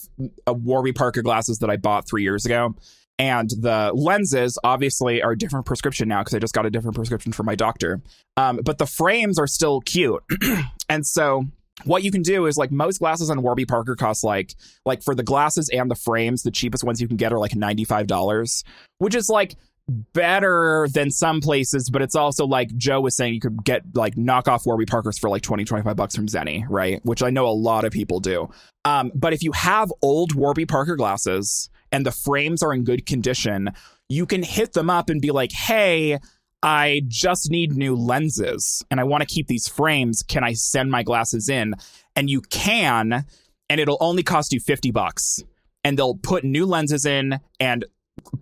Speaker 1: a Warby Parker glasses that I bought three years ago. And the lenses obviously are a different prescription now because I just got a different prescription from my doctor. Um, but the frames are still cute. <clears throat> and so what you can do is like most glasses on Warby Parker cost like like for the glasses and the frames, the cheapest ones you can get are like $95, which is like better than some places, but it's also like Joe was saying you could get like knockoff Warby Parkers for like 20, 25 bucks from Zenny, right? Which I know a lot of people do. Um, but if you have old Warby Parker glasses and the frames are in good condition, you can hit them up and be like, hey, I just need new lenses and I want to keep these frames. Can I send my glasses in? And you can, and it'll only cost you 50 bucks. And they'll put new lenses in and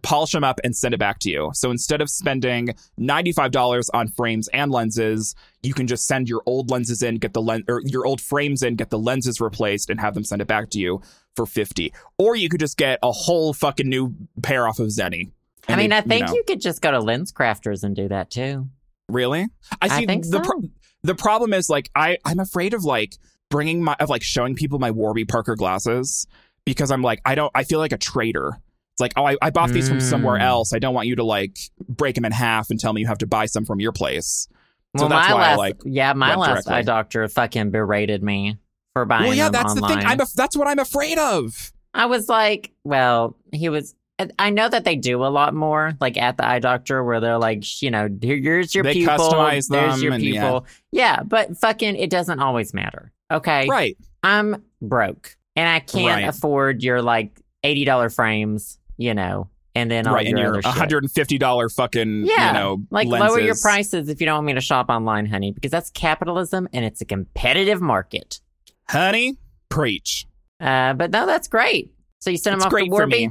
Speaker 1: polish them up and send it back to you. So instead of spending $95 on frames and lenses, you can just send your old lenses in, get the lens or your old frames in, get the lenses replaced and have them send it back to you for 50. Or you could just get a whole fucking new pair off of Zenny.
Speaker 2: I
Speaker 1: And
Speaker 2: mean,
Speaker 1: they-
Speaker 2: I think you,
Speaker 1: know-
Speaker 2: could just go to Lens Crafters and do that too.
Speaker 1: Really? I see
Speaker 2: think
Speaker 1: the
Speaker 2: so.
Speaker 1: the problem is like I I'm afraid of like bringing my of like showing people my Warby Parker glasses because I'm like I don't I feel like a traitor. It's like oh I, I bought these from somewhere
Speaker 2: Mm.
Speaker 1: else. I don't want you to like break them in half and tell me you have to buy some from your place. So
Speaker 2: Well,
Speaker 1: that's
Speaker 2: my
Speaker 1: why I,
Speaker 2: last,
Speaker 1: like,
Speaker 2: yeah, my
Speaker 1: went
Speaker 2: last
Speaker 1: directly.
Speaker 2: eye doctor fucking berated me for buying.
Speaker 1: well, yeah,
Speaker 2: them
Speaker 1: that's
Speaker 2: online.
Speaker 1: the thing. I'm af- that's what I'm afraid of.
Speaker 2: I was like, well, he was. I know that they do a lot more, like at the eye doctor, where they're like, sh- you know, here- here's your
Speaker 1: They
Speaker 2: pupil,
Speaker 1: customize
Speaker 2: there's
Speaker 1: them
Speaker 2: your
Speaker 1: and yeah.
Speaker 2: pupil. Yeah. but fucking, it doesn't always matter. Okay,
Speaker 1: Right.
Speaker 2: I'm broke and I can't
Speaker 1: Right.
Speaker 2: afford your like eighty dollar frames, you know, and then all
Speaker 1: Right.
Speaker 2: your
Speaker 1: And your
Speaker 2: other shit.
Speaker 1: $150 fucking,
Speaker 2: Yeah,
Speaker 1: you know,
Speaker 2: Like
Speaker 1: lenses.
Speaker 2: lower your prices if you don't want me to shop online, honey, because that's capitalism and it's a competitive market.
Speaker 1: Honey, preach.
Speaker 2: Uh, but no, that's great. So you send them
Speaker 1: It's
Speaker 2: off
Speaker 1: great
Speaker 2: to
Speaker 1: for
Speaker 2: Warby.
Speaker 1: me.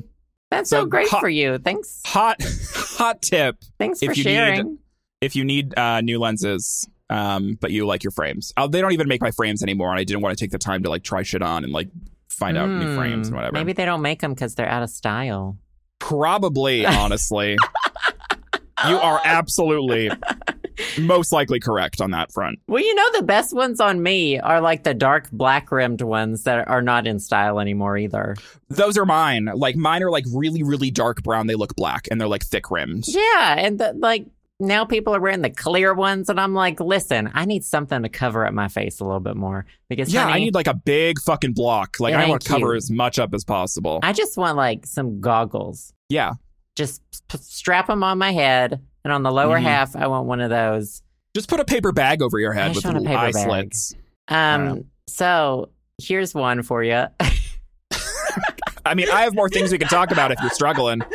Speaker 2: That's so,
Speaker 1: So,
Speaker 2: great
Speaker 1: hot-
Speaker 2: for you. Thanks,
Speaker 1: Hot <laughs> hot tip.
Speaker 2: thanks
Speaker 1: if
Speaker 2: for
Speaker 1: you need-
Speaker 2: sharing.
Speaker 1: if you need uh, new lenses, um, but you like your frames, oh, they don't even make my frames anymore, and I didn't want to take the time to like try shit on and like find out new
Speaker 2: Mm,
Speaker 1: frames and whatever.
Speaker 2: Maybe they don't make them because they're out of style. <laughs>
Speaker 1: Probably, honestly, you are absolutely most likely correct on that front.
Speaker 2: Well, you know the best ones on me are like the dark black rimmed ones that are not in style anymore either.
Speaker 1: Those are mine. Like mine are like really, really dark brown. They look black and they're like thick rimmed.
Speaker 2: Yeah, and the, like now people are wearing the clear ones, and I'm like, listen, I need something to cover up my face a little bit more because
Speaker 1: Yeah,
Speaker 2: honey,
Speaker 1: I need like a big fucking block. Like
Speaker 2: It
Speaker 1: I
Speaker 2: ain't
Speaker 1: want to cover
Speaker 2: cute.
Speaker 1: as much up as possible.
Speaker 2: I just want like some goggles.
Speaker 1: yeah,
Speaker 2: Just p- strap them on my head, and on the lower
Speaker 1: Mhm.
Speaker 2: half, I want one of those.
Speaker 1: just put a paper bag over your
Speaker 2: I
Speaker 1: head with
Speaker 2: just want a
Speaker 1: little
Speaker 2: paper
Speaker 1: eye
Speaker 2: bag.
Speaker 1: slits. Wow.
Speaker 2: Um, so here's one for you.
Speaker 1: I mean, I have more things we can talk about if you're struggling.
Speaker 2: <laughs>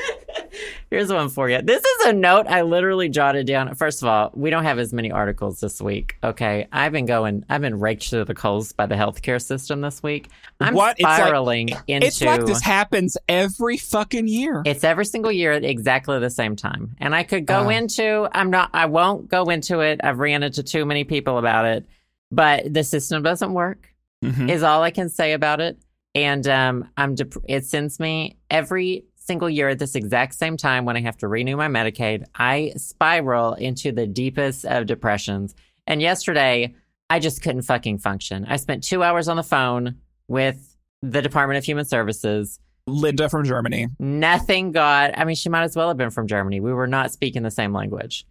Speaker 2: Here's one for you. This is a note I literally jotted down. First of all, we don't have as many articles this week. Okay. I've been going, I've been raked to the coals by the healthcare system this week. I'm
Speaker 1: What? It's like-
Speaker 2: spiraling into
Speaker 1: It's like this happens every fucking year.
Speaker 2: It's every single year at exactly the same time. And I could go
Speaker 1: Oh.
Speaker 2: into, I'm not, I won't go into it. I've ran into too many people about it, but the system doesn't work,
Speaker 1: Mm-hmm.
Speaker 2: is all I can say about it. And um, I'm, dep- it sends me every single year at this exact same time when I have to renew my Medicaid. I spiral into the deepest of depressions. And yesterday, I just couldn't fucking function. I spent two hours on the phone with the Department of Human Services
Speaker 1: Linda from Germany.
Speaker 2: Nothing got, I mean, she might as well have been from Germany. We were not speaking the same language.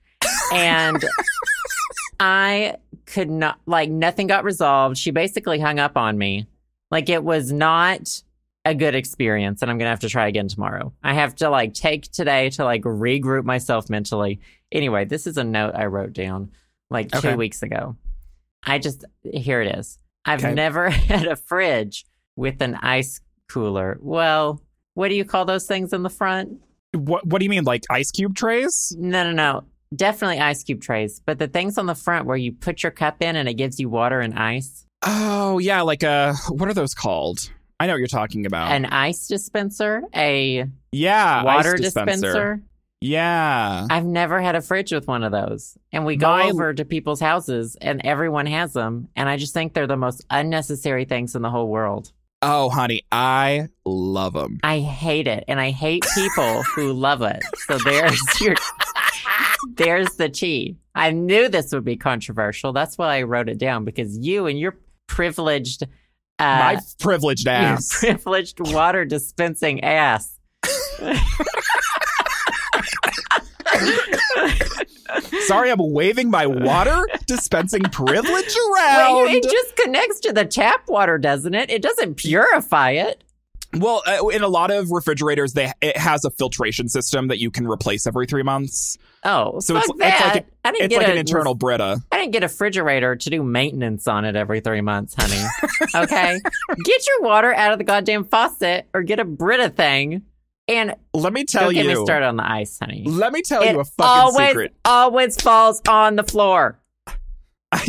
Speaker 2: And I could not, like, nothing got resolved. She basically hung up on me. Like, it was not a good experience. And I'm going to have to try again tomorrow. I have to, like, take today to, like, regroup myself mentally. Anyway, this is a note I wrote down, like,
Speaker 1: Okay.
Speaker 2: two weeks ago. I just, here it is. I've
Speaker 1: Okay.
Speaker 2: never <laughs> had a fridge with an ice cooler. Well, what do you call those things in the front?
Speaker 1: What What do you mean, like ice cube trays?
Speaker 2: No, no, no. Definitely ice cube trays, but the things on the front where you put your cup in and it gives you water and ice,
Speaker 1: Oh yeah, like uh, what are those called? I know what you're talking about.
Speaker 2: an ice dispenser, a
Speaker 1: yeah,
Speaker 2: water
Speaker 1: Oh. ice
Speaker 2: dispenser.
Speaker 1: Yeah.
Speaker 2: I've never had a fridge with one of those. And we go
Speaker 1: My-
Speaker 2: over to people's houses and everyone has them. And I just think they're the most unnecessary things in the whole world.
Speaker 1: Oh, honey, I love them.
Speaker 2: I hate it, and I hate people who love it. So there's <laughs> your, there's the tea. I knew this would be controversial. That's why I wrote it down because you and your privileged, uh,
Speaker 1: My privileged ass.
Speaker 2: your <laughs> privileged water dispensing ass.
Speaker 1: Sorry, I'm waving my water dispensing
Speaker 2: <laughs>
Speaker 1: privilege around.
Speaker 2: Well, you- it just connects to the tap water, doesn't it? It doesn't purify it.
Speaker 1: Well, uh, in a lot of refrigerators, they it has a filtration system that you can replace every three months.
Speaker 2: Oh,
Speaker 1: So
Speaker 2: fuck
Speaker 1: it's-
Speaker 2: that!
Speaker 1: it's like a-
Speaker 2: I didn't
Speaker 1: It's
Speaker 2: get
Speaker 1: like
Speaker 2: a,
Speaker 1: an internal Brita.
Speaker 2: I didn't get a refrigerator to do maintenance on it every three months, honey.
Speaker 1: <laughs>
Speaker 2: Okay. get your water out of the goddamn faucet or get a Brita thing and
Speaker 1: Let me tell
Speaker 2: don't get
Speaker 1: you.
Speaker 2: me started on the ice, honey.
Speaker 1: Let me tell
Speaker 2: it
Speaker 1: you a fucking
Speaker 2: always,
Speaker 1: secret. <laughs>
Speaker 2: always falls on the floor.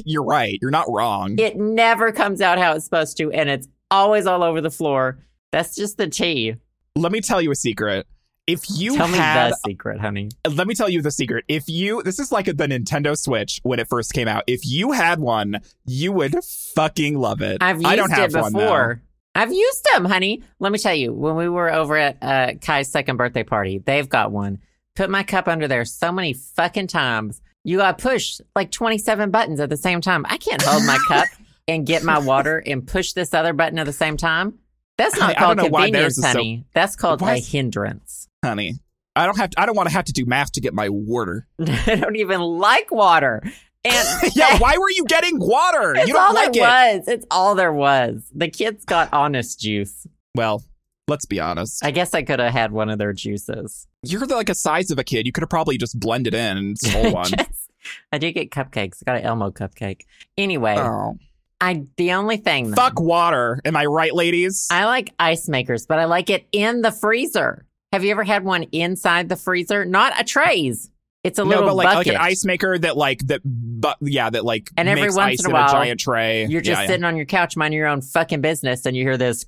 Speaker 1: You're right. You're not wrong.
Speaker 2: It never comes out how it's supposed to, and it's always all over the floor. That's just the tea.
Speaker 1: Let me tell you a secret. If you
Speaker 2: Tell
Speaker 1: had,
Speaker 2: me the secret, honey.
Speaker 1: let me tell you the secret. If you, this is like the Nintendo Switch when it first came out. If you had one, you would fucking love it.
Speaker 2: I've used
Speaker 1: I don't have
Speaker 2: it
Speaker 1: one though.
Speaker 2: before. I've used them, honey. Let me tell you, when we were over at uh, Kai's second birthday party, they've got one. Put my cup under there so many fucking times. You got push like 27 buttons at the same time. I can't
Speaker 1: <laughs>
Speaker 2: hold my cup and get my water and push this other button at the same time. That's not
Speaker 1: Honey, I
Speaker 2: called
Speaker 1: don't know why theirs
Speaker 2: convenience,
Speaker 1: is so-
Speaker 2: honey. That's called
Speaker 1: Why
Speaker 2: a
Speaker 1: is-
Speaker 2: hindrance. <laughs>
Speaker 1: honey. I don't have. To, I don't want to have to do math to get my water.
Speaker 2: I don't even like water. And <laughs>
Speaker 1: Yeah. why were <laughs> you getting water?
Speaker 2: it's
Speaker 1: you
Speaker 2: all
Speaker 1: don't like it.
Speaker 2: there was. It's all there was. The kids got honest juice.
Speaker 1: Well, let's be honest.
Speaker 2: I guess I could have had one of their juices.
Speaker 1: You're the, like a size of a kid. You could have probably just blended in and
Speaker 2: <laughs>
Speaker 1: stole one.
Speaker 2: Just- I did get cupcakes. I got an Elmo cupcake. Anyway,
Speaker 1: oh.
Speaker 2: I the only thing though,
Speaker 1: Fuck water. Am I right, ladies?
Speaker 2: I like ice makers, but I like it in the freezer. Have you ever had one inside the freezer? Not a trays. It's a
Speaker 1: no,
Speaker 2: little
Speaker 1: but like, like
Speaker 2: bucket.
Speaker 1: an ice maker that like that, but yeah, that like
Speaker 2: And every
Speaker 1: makes
Speaker 2: once
Speaker 1: ice
Speaker 2: in a
Speaker 1: in
Speaker 2: while,
Speaker 1: a giant tray.
Speaker 2: You're just
Speaker 1: Yeah, yeah.
Speaker 2: sitting on your couch, minding your own fucking business, and you hear this.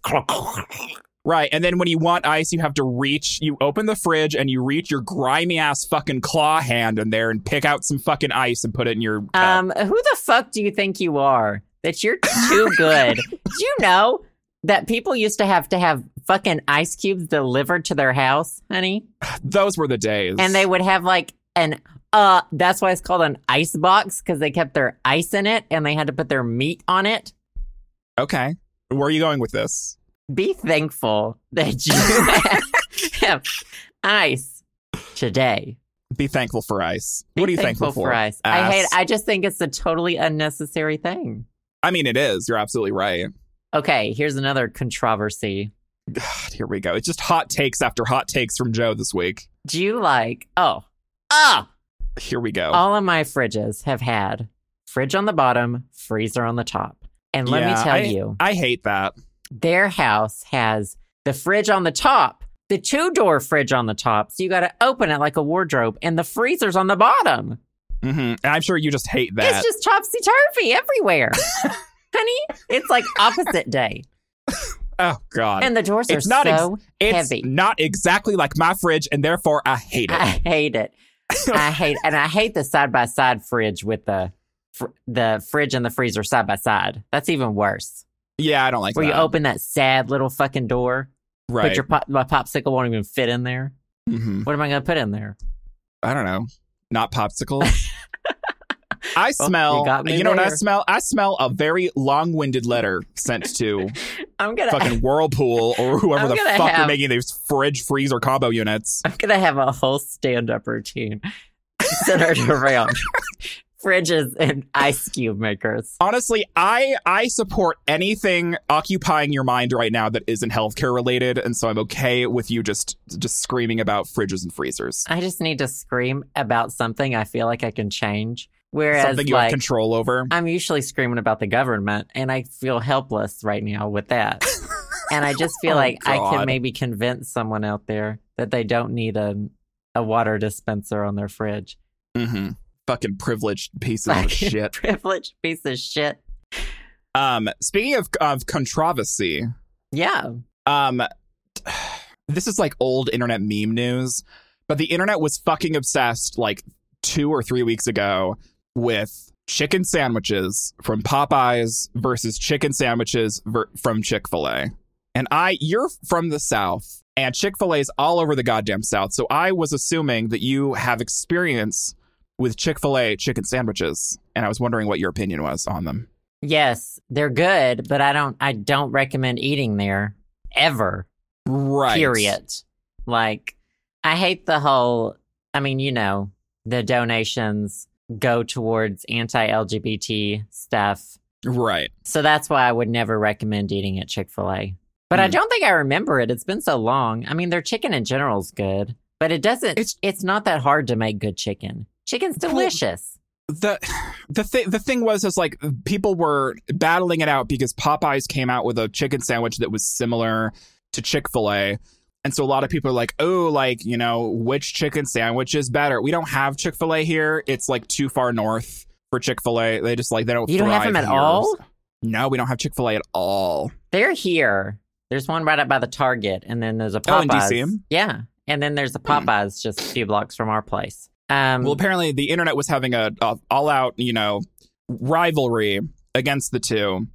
Speaker 1: right. And then when you want ice, you have to reach. You open the fridge and you reach your grimy ass fucking claw hand in there and pick out some fucking ice and put it in your. cup.
Speaker 2: Um, who the fuck do you think you are? That you're
Speaker 1: <laughs>
Speaker 2: too good. do you know that people used to have to have fucking ice cubes delivered to their house, honey?
Speaker 1: Those were the days.
Speaker 2: Um, and they would have like an uh that's why it's called an ice box because they kept their ice in it and they had to put their meat on it
Speaker 1: okay. Where are you going with this?
Speaker 2: be thankful that
Speaker 1: <laughs>
Speaker 2: you have ice today
Speaker 1: Be thankful for ice.
Speaker 2: Be
Speaker 1: what are you thankful,
Speaker 2: for ice i
Speaker 1: Ass.
Speaker 2: hate i just think it's a totally unnecessary thing
Speaker 1: I mean, it is. You're absolutely right.
Speaker 2: okay here's another controversy
Speaker 1: God, here we go. It's just hot takes after hot takes from Joe this week.
Speaker 2: do you like oh ah
Speaker 1: Here we go.
Speaker 2: all of my fridges have had fridge on the bottom freezer on the top and let
Speaker 1: Yeah,
Speaker 2: me tell
Speaker 1: I-
Speaker 2: you
Speaker 1: I hate that.
Speaker 2: their house has the fridge on the top, the two door fridge on the top. So you got to open it like a wardrobe, and the freezer's on the bottom.
Speaker 1: hmm And I'm sure you just hate that.
Speaker 2: It's just topsy
Speaker 1: <laughs>
Speaker 2: turvy everywhere. Honey, it's like opposite day.
Speaker 1: oh God,
Speaker 2: And the doors are
Speaker 1: It's not ex-
Speaker 2: so
Speaker 1: it's
Speaker 2: heavy. Ah.
Speaker 1: not exactly like my fridge, and therefore I hate it.
Speaker 2: I hate it. I hate and I hate the side by side fridge with the fr- the fridge and the freezer side by side. That's even worse.
Speaker 1: yeah, I don't like
Speaker 2: Where
Speaker 1: that.
Speaker 2: you open that sad little fucking door,
Speaker 1: right?
Speaker 2: but your pop- my popsicle won't even fit in there.
Speaker 1: Mhm.
Speaker 2: What am I going to put in there? <laughs>
Speaker 1: I don't know. Not popsicle. I
Speaker 2: Well, you
Speaker 1: smell.
Speaker 2: got
Speaker 1: you,
Speaker 2: me
Speaker 1: know what I
Speaker 2: there.
Speaker 1: smell? I smell a very long-winded letter sent
Speaker 2: <laughs>
Speaker 1: to
Speaker 2: I'm gonna
Speaker 1: fucking Whirlpool or whoever
Speaker 2: I'm
Speaker 1: the
Speaker 2: gonna
Speaker 1: fuck are
Speaker 2: have-
Speaker 1: making these fridge freezer combo units.
Speaker 2: I'm gonna have a whole stand-up routine centered around fridges and ice cube makers.
Speaker 1: Honestly, I I support anything occupying your mind right now that isn't healthcare related, and so I'm okay with you just just screaming about fridges and freezers.
Speaker 2: I just need to scream about something I feel like I can change. Whereas
Speaker 1: Something you have
Speaker 2: like
Speaker 1: control over.
Speaker 2: <laughs> I'm usually screaming about the government and I feel helpless right now with that. and I just
Speaker 1: <laughs>
Speaker 2: feel
Speaker 1: Oh,
Speaker 2: like I
Speaker 1: God.
Speaker 2: can maybe convince someone out there that they don't need a a water dispenser on their fridge. <laughs>
Speaker 1: hmm Fucking privileged pieces of
Speaker 2: Fucking
Speaker 1: shit.
Speaker 2: Privileged piece of shit.
Speaker 1: Um, speaking of of controversy,
Speaker 2: Yeah.
Speaker 1: um, <sighs> this is like old internet meme news, but the internet was fucking obsessed like two or three weeks ago with chicken sandwiches from Popeyes versus chicken sandwiches ver- from Chick Fil A. And I, you're from the South, and Chick Fil A is all over the goddamn South. So I was assuming that you have experience with Chick Fil A chicken sandwiches, and I was wondering what your opinion was on them.
Speaker 2: Yes, they're good, but I don't I don't recommend eating there ever.
Speaker 1: Right.
Speaker 2: Period. Like I hate the whole I mean, you know, the donations go towards anti-LGBT stuff.
Speaker 1: Right.
Speaker 2: So that's why I would never recommend eating at Chick fil A. But I
Speaker 1: Mm.
Speaker 2: don't think I remember it. It's been so long. I mean, their chicken in general is good, but it doesn't,
Speaker 1: It's-
Speaker 2: it's, not that hard to make good chicken. Chicken's
Speaker 1: Well-
Speaker 2: delicious.
Speaker 1: the the thing the thing was is like people were battling it out because Popeyes came out with a chicken sandwich that was similar to Chick Fil A, and so a lot of people are like, oh, like you know, which chicken sandwich is better? We don't have Chick Fil A here. It's like too far north for Chick Fil A. They just like they don't.
Speaker 2: You don't have
Speaker 1: thrive
Speaker 2: them at
Speaker 1: here.
Speaker 2: all?
Speaker 1: No, we don't have Chick Fil A at all.
Speaker 2: They're here. There's one right up by the Target, and then there's a
Speaker 1: Oh,
Speaker 2: Popeyes.
Speaker 1: in DC?
Speaker 2: Yeah. And then there's a
Speaker 1: Hmm.
Speaker 2: Popeyes just a few blocks from our place. Um,
Speaker 1: Well, apparently the internet was having a, a all out, you know, rivalry against the two.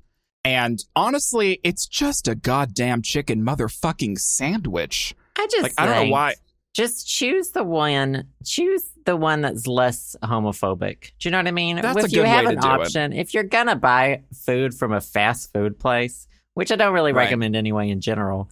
Speaker 1: And honestly, it's just a goddamn chicken motherfucking sandwich.
Speaker 2: I just
Speaker 1: Like I don't know
Speaker 2: think
Speaker 1: why.
Speaker 2: Just choose the one. Choose the one that's less homophobic. Do you know what I mean?
Speaker 1: That's
Speaker 2: if
Speaker 1: a
Speaker 2: you
Speaker 1: good
Speaker 2: have
Speaker 1: way to
Speaker 2: an
Speaker 1: do it.
Speaker 2: option, if you're gonna buy food from a fast food place, which I don't really
Speaker 1: Right.
Speaker 2: recommend anyway in general,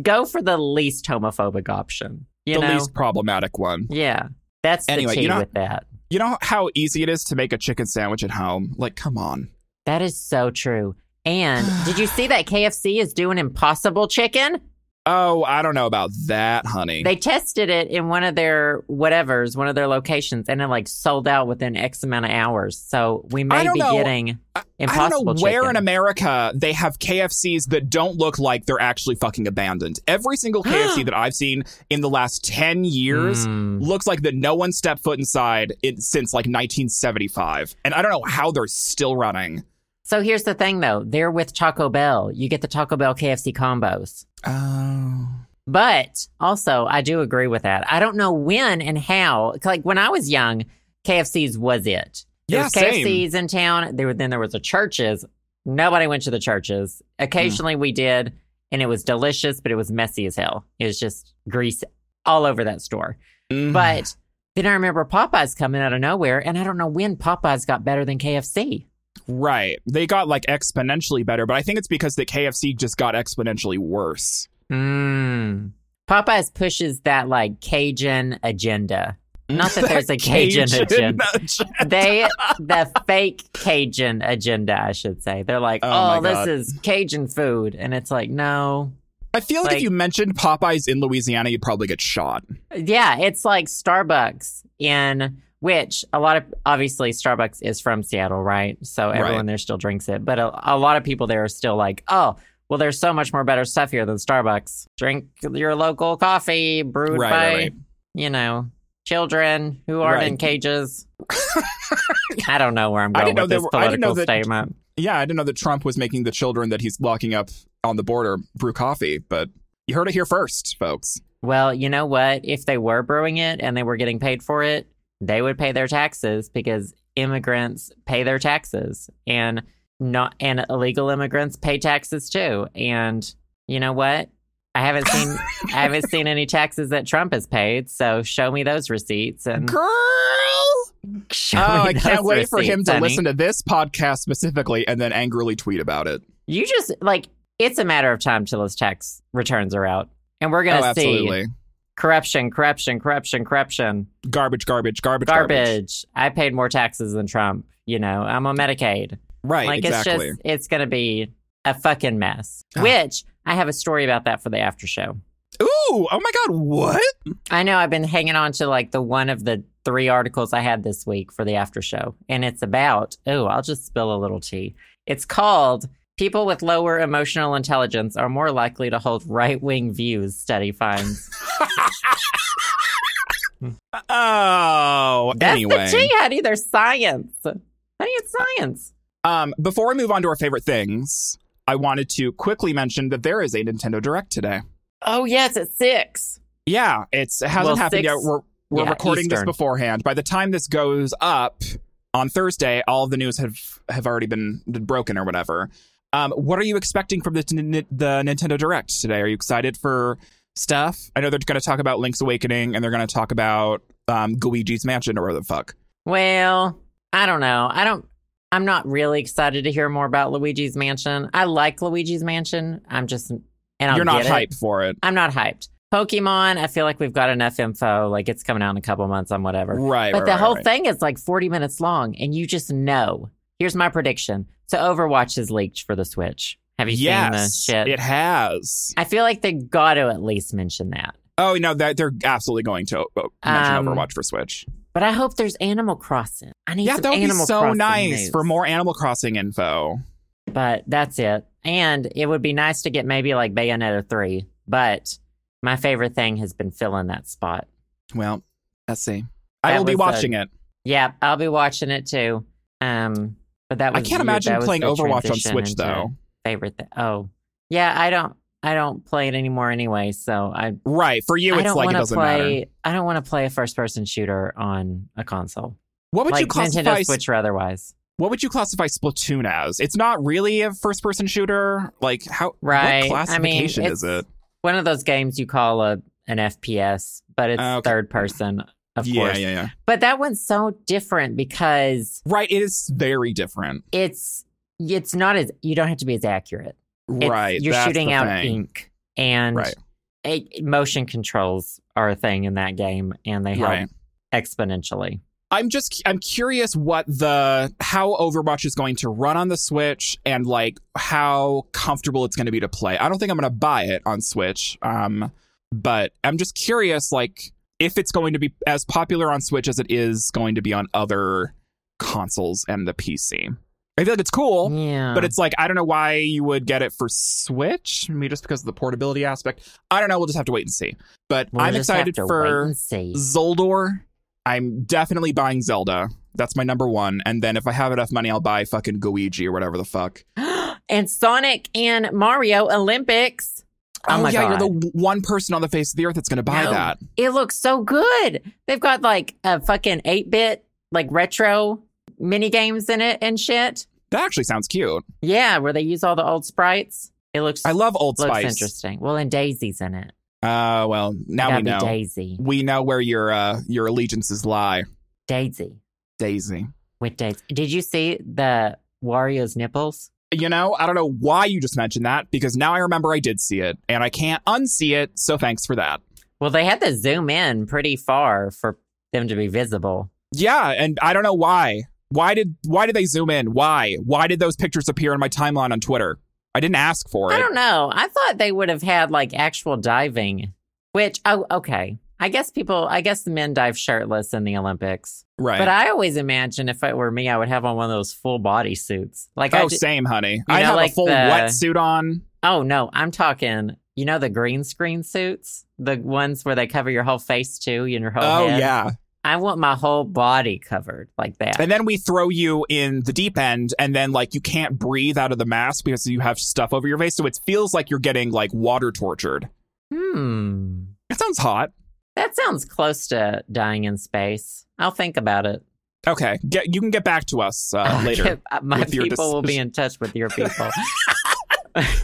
Speaker 2: go for the least homophobic option. You
Speaker 1: the
Speaker 2: know,
Speaker 1: least problematic one.
Speaker 2: yeah, that's
Speaker 1: Anyway,
Speaker 2: the
Speaker 1: you
Speaker 2: key
Speaker 1: know-
Speaker 2: with that.
Speaker 1: You know how easy it is to make a chicken sandwich at home? Like, come on.
Speaker 2: That is so true.
Speaker 1: <sighs>
Speaker 2: And did you see that KFC is doing Impossible Chicken?
Speaker 1: Oh, I don't know about that, honey.
Speaker 2: They tested it in one of their whatever's, one of their locations, and it like sold out within X amount of hours. So we may
Speaker 1: don't
Speaker 2: be
Speaker 1: know.
Speaker 2: getting
Speaker 1: I
Speaker 2: impossible
Speaker 1: don't know where in
Speaker 2: chicken.
Speaker 1: America they have KFCs that don't look like they're actually fucking abandoned. Every single
Speaker 2: <gasps>
Speaker 1: KFC that I've seen in the last 10 years
Speaker 2: Mm.
Speaker 1: looks like that no one stepped foot inside it since like 1975 and i don't know how they're still running
Speaker 2: So here's the thing, though. They're with Taco Bell. You get the Taco Bell KFC combos.
Speaker 1: oh
Speaker 2: But also, I do agree with that. I don't know when and how. Like when I was young, KFC's was it. There
Speaker 1: yeah
Speaker 2: was
Speaker 1: same.
Speaker 2: KFC's in town. There were then there was a churches. Nobody went to the churches. Occasionally we did, and it was delicious, but it was messy as hell. It was just grease all over that store.
Speaker 1: Mhm.
Speaker 2: But then I remember Popeyes coming out of nowhere, and I don't know when Popeyes got better than KFC.
Speaker 1: right they got like exponentially better but i think it's because the kfc just got exponentially worse
Speaker 2: Mm. Popeyes pushes that like Cajun agenda. Not <laughs> that <laughs> there's a Cajun,
Speaker 1: <laughs>
Speaker 2: agenda. They the fake Cajun agenda, I should say. They're like,
Speaker 1: Oh
Speaker 2: oh,
Speaker 1: my
Speaker 2: this
Speaker 1: God.
Speaker 2: is Cajun food, and it's like, no,
Speaker 1: i feel like,
Speaker 2: Like-
Speaker 1: if you mentioned popeyes in louisiana you'd probably get shot
Speaker 2: Yeah, it's like Starbucks in which a lot of obviously Starbucks is from Seattle, right? So everyone
Speaker 1: Right.
Speaker 2: there still drinks it, but a, a lot of people there are still like, "Oh, well, there's so much more better stuff here than Starbucks. Drink your local coffee brewed
Speaker 1: Right,
Speaker 2: by,
Speaker 1: right, right.
Speaker 2: you know, children who aren't in
Speaker 1: Right. <laughs>
Speaker 2: cages." I don't know where I'm
Speaker 1: I
Speaker 2: going
Speaker 1: didn't know
Speaker 2: with this
Speaker 1: there were- I
Speaker 2: political
Speaker 1: didn't know that-
Speaker 2: statement.
Speaker 1: yeah i didn't know that trump was making the children that he's locking up on the border brew coffee but you heard it here first folks
Speaker 2: Well, you know what? If they were brewing it and they were getting paid for it, they would pay their taxes because immigrants pay their taxes and not and illegal immigrants pay taxes too. And you know what? I
Speaker 1: <laughs>
Speaker 2: haven't seen I haven't seen any taxes that Trump has paid, so show me those receipts and
Speaker 1: Girl!
Speaker 2: <laughs> show
Speaker 1: oh,
Speaker 2: me
Speaker 1: I can't
Speaker 2: those
Speaker 1: wait for him
Speaker 2: receipts,
Speaker 1: to
Speaker 2: honey.
Speaker 1: listen to this podcast specifically and then angrily tweet about it.
Speaker 2: You just like it's a matter of time till his tax returns are out, and we're
Speaker 1: Oh,
Speaker 2: gonna see
Speaker 1: absolutely.
Speaker 2: corruption, corruption, corruption, corruption,
Speaker 1: Garbage, garbage, garbage,
Speaker 2: garbage.
Speaker 1: garbage.
Speaker 2: I paid more taxes than Trump. You know, I'm on Medicaid.
Speaker 1: Right,
Speaker 2: like
Speaker 1: exactly.
Speaker 2: it's just it's gonna be a fucking mess.
Speaker 1: Ah.
Speaker 2: Which I have a story about that for the after show.
Speaker 1: Ooh, oh my god, what?
Speaker 2: I know I've been hanging on to like the one of the three articles I had this week for the after show. And it's about, oh, I'll just spill a little tea. It's called People with Lower Emotional Intelligence Are More Likely to Hold Right Wing Views, Study Finds.
Speaker 1: Oh, <laughs>
Speaker 2: That's
Speaker 1: anyway.
Speaker 2: the tea, honey. There's science. Honey, it's science.
Speaker 1: Um, before we move on to our favorite things, I wanted to quickly mention that there is a Nintendo Direct today.
Speaker 2: Oh, yes, it's six.
Speaker 1: Yeah, it's it hasn't
Speaker 2: Well,
Speaker 1: happened
Speaker 2: six-
Speaker 1: yet. We're we're
Speaker 2: yeah,
Speaker 1: recording
Speaker 2: Eastern.
Speaker 1: this beforehand. By the time this goes up on Thursday, all of the news have have already been been broken or whatever. Um, what are you expecting from the the Nintendo Direct today? Are you excited for stuff? I know they're going to talk about Link's Awakening and they're going to talk about um, Luigi's Mansion or whatever the fuck.
Speaker 2: Well, I don't know. I don't. I'm not really excited to hear more about Luigi's Mansion. I like Luigi's Mansion. I'm just, and I'll
Speaker 1: You're not
Speaker 2: get it.
Speaker 1: hyped for it,
Speaker 2: I'm not hyped. Pokemon, I feel like we've got enough info. Like it's coming out in a couple months on whatever.
Speaker 1: right?
Speaker 2: but
Speaker 1: right,
Speaker 2: the
Speaker 1: right,
Speaker 2: whole
Speaker 1: right.
Speaker 2: thing is like 40 minutes long, and you just know. Here's my prediction: so Overwatch is leaked for the Switch. Have you
Speaker 1: yes,
Speaker 2: seen the shit?
Speaker 1: it has.
Speaker 2: I feel like they got to at least mention that.
Speaker 1: Oh no, that they're absolutely going to uh, mention
Speaker 2: Um,
Speaker 1: Overwatch for Switch.
Speaker 2: But I hope there's Animal Crossing. I need
Speaker 1: Yeah,
Speaker 2: some
Speaker 1: that would be
Speaker 2: Animal
Speaker 1: so
Speaker 2: Crossing
Speaker 1: nice
Speaker 2: news.
Speaker 1: for more Animal Crossing info.
Speaker 2: But that's it. And it would be nice to get maybe like Bayonetta three. But my favorite thing has been filling that spot.
Speaker 1: Well, let's see. I
Speaker 2: That
Speaker 1: will be
Speaker 2: was
Speaker 1: watching it.
Speaker 2: Yeah, I'll be watching it too. Um, but that
Speaker 1: I
Speaker 2: was
Speaker 1: can't
Speaker 2: you-
Speaker 1: imagine
Speaker 2: that was
Speaker 1: playing
Speaker 2: the
Speaker 1: Overwatch on
Speaker 2: transition
Speaker 1: Switch
Speaker 2: into
Speaker 1: though.
Speaker 2: Favorite thing. Oh, yeah. I don't. I don't play it anymore anyway. So I.
Speaker 1: Right. For you,
Speaker 2: I
Speaker 1: it's
Speaker 2: don't
Speaker 1: like it
Speaker 2: want to
Speaker 1: doesn't
Speaker 2: play.
Speaker 1: matter.
Speaker 2: I don't want to play a first-person shooter on a console.
Speaker 1: What would
Speaker 2: like
Speaker 1: you classify?
Speaker 2: Nintendo Switch or otherwise.
Speaker 1: What would you classify Splatoon as? It's not really a first-person shooter. Like how?
Speaker 2: Right. I
Speaker 1: What
Speaker 2: mean,
Speaker 1: classification is
Speaker 2: it's-
Speaker 1: it?
Speaker 2: One of those games you call a an FPS, but it's
Speaker 1: Ah, Okay.
Speaker 2: third person, of
Speaker 1: yeah,
Speaker 2: course.
Speaker 1: yeah, yeah.
Speaker 2: But that one's so different because
Speaker 1: Right. It is very different.
Speaker 2: it's it's not as you don't have to be as accurate. It's-
Speaker 1: right.
Speaker 2: You're
Speaker 1: that's
Speaker 2: shooting
Speaker 1: the
Speaker 2: out
Speaker 1: thing.
Speaker 2: ink and
Speaker 1: Right.
Speaker 2: a- motion controls are a thing in that game and they help
Speaker 1: Right.
Speaker 2: exponentially.
Speaker 1: I'm just I'm curious what the how Overwatch is going to run on the Switch and like how comfortable it's going to be to play. I don't think I'm going to buy it on Switch. Um but I'm just curious like if it's going to be as popular on Switch as it is going to be on other consoles and the PC. I feel like it's cool.
Speaker 2: yeah.
Speaker 1: But it's like I don't know why you would get it for Switch. Maybe just because of the portability aspect. I don't know. We'll just have to wait and see. But
Speaker 2: We'll
Speaker 1: I'm
Speaker 2: just have
Speaker 1: excited
Speaker 2: to
Speaker 1: for
Speaker 2: wait and see.
Speaker 1: Zoldor. I'm definitely buying Zelda. That's my number one. And then if I have enough money, I'll buy fucking Guigi or whatever the fuck.
Speaker 2: <gasps> and Sonic and Mario Olympics. Oh, my
Speaker 1: yeah,
Speaker 2: god.
Speaker 1: you're the one person on the face of the earth that's gonna buy
Speaker 2: No.
Speaker 1: that.
Speaker 2: it looks so good. They've got like a fucking 8-bit like retro mini games in it and shit.
Speaker 1: That actually sounds cute.
Speaker 2: Yeah, where they use all the old sprites. It looks
Speaker 1: I love Old
Speaker 2: looks
Speaker 1: Spice.
Speaker 2: interesting. Well, and Daisy's in it.
Speaker 1: Uh, well, now we
Speaker 2: Gotta be
Speaker 1: know.
Speaker 2: Daisy.
Speaker 1: We know where your uh, your allegiances lie,
Speaker 2: Daisy.
Speaker 1: Daisy.
Speaker 2: With Daisy. Did you see the Wario's nipples?
Speaker 1: You know, I don't know why you just mentioned that because now I remember I did see it and I can't unsee it. So thanks for that.
Speaker 2: Well, they had to zoom in pretty far for them to be visible.
Speaker 1: Yeah, and I don't know why. Why did why did they zoom in? Why? Why did those pictures appear in my timeline on Twitter? I didn't ask for
Speaker 2: I
Speaker 1: it.
Speaker 2: don't know. I thought they would have had like actual diving, which, oh, okay. I guess people, I guess the men dive shirtless in the Olympics.
Speaker 1: Right.
Speaker 2: But I always imagine if it were me, I would have on one of those full body suits. Like, I
Speaker 1: oh,
Speaker 2: ju-
Speaker 1: same, honey. I
Speaker 2: know,
Speaker 1: have
Speaker 2: like
Speaker 1: a full
Speaker 2: the-
Speaker 1: wetsuit on.
Speaker 2: oh, no, I'm talking, you know, the green screen suits, the ones where they cover your whole face too and your whole
Speaker 1: Oh,
Speaker 2: head.
Speaker 1: yeah.
Speaker 2: I want my whole body covered like that.
Speaker 1: And then we throw you in the deep end, and then like you can't breathe out of the mask because you have stuff over your face, so it feels like you're getting like water tortured.
Speaker 2: Hmm.
Speaker 1: That sounds hot.
Speaker 2: That sounds close to dying in space. I'll think about it.
Speaker 1: Okay, get you can get back to us uh,
Speaker 2: I'll <laughs>
Speaker 1: later.
Speaker 2: get- my
Speaker 1: with your
Speaker 2: people will be
Speaker 1: decision. <laughs>
Speaker 2: in touch with your people.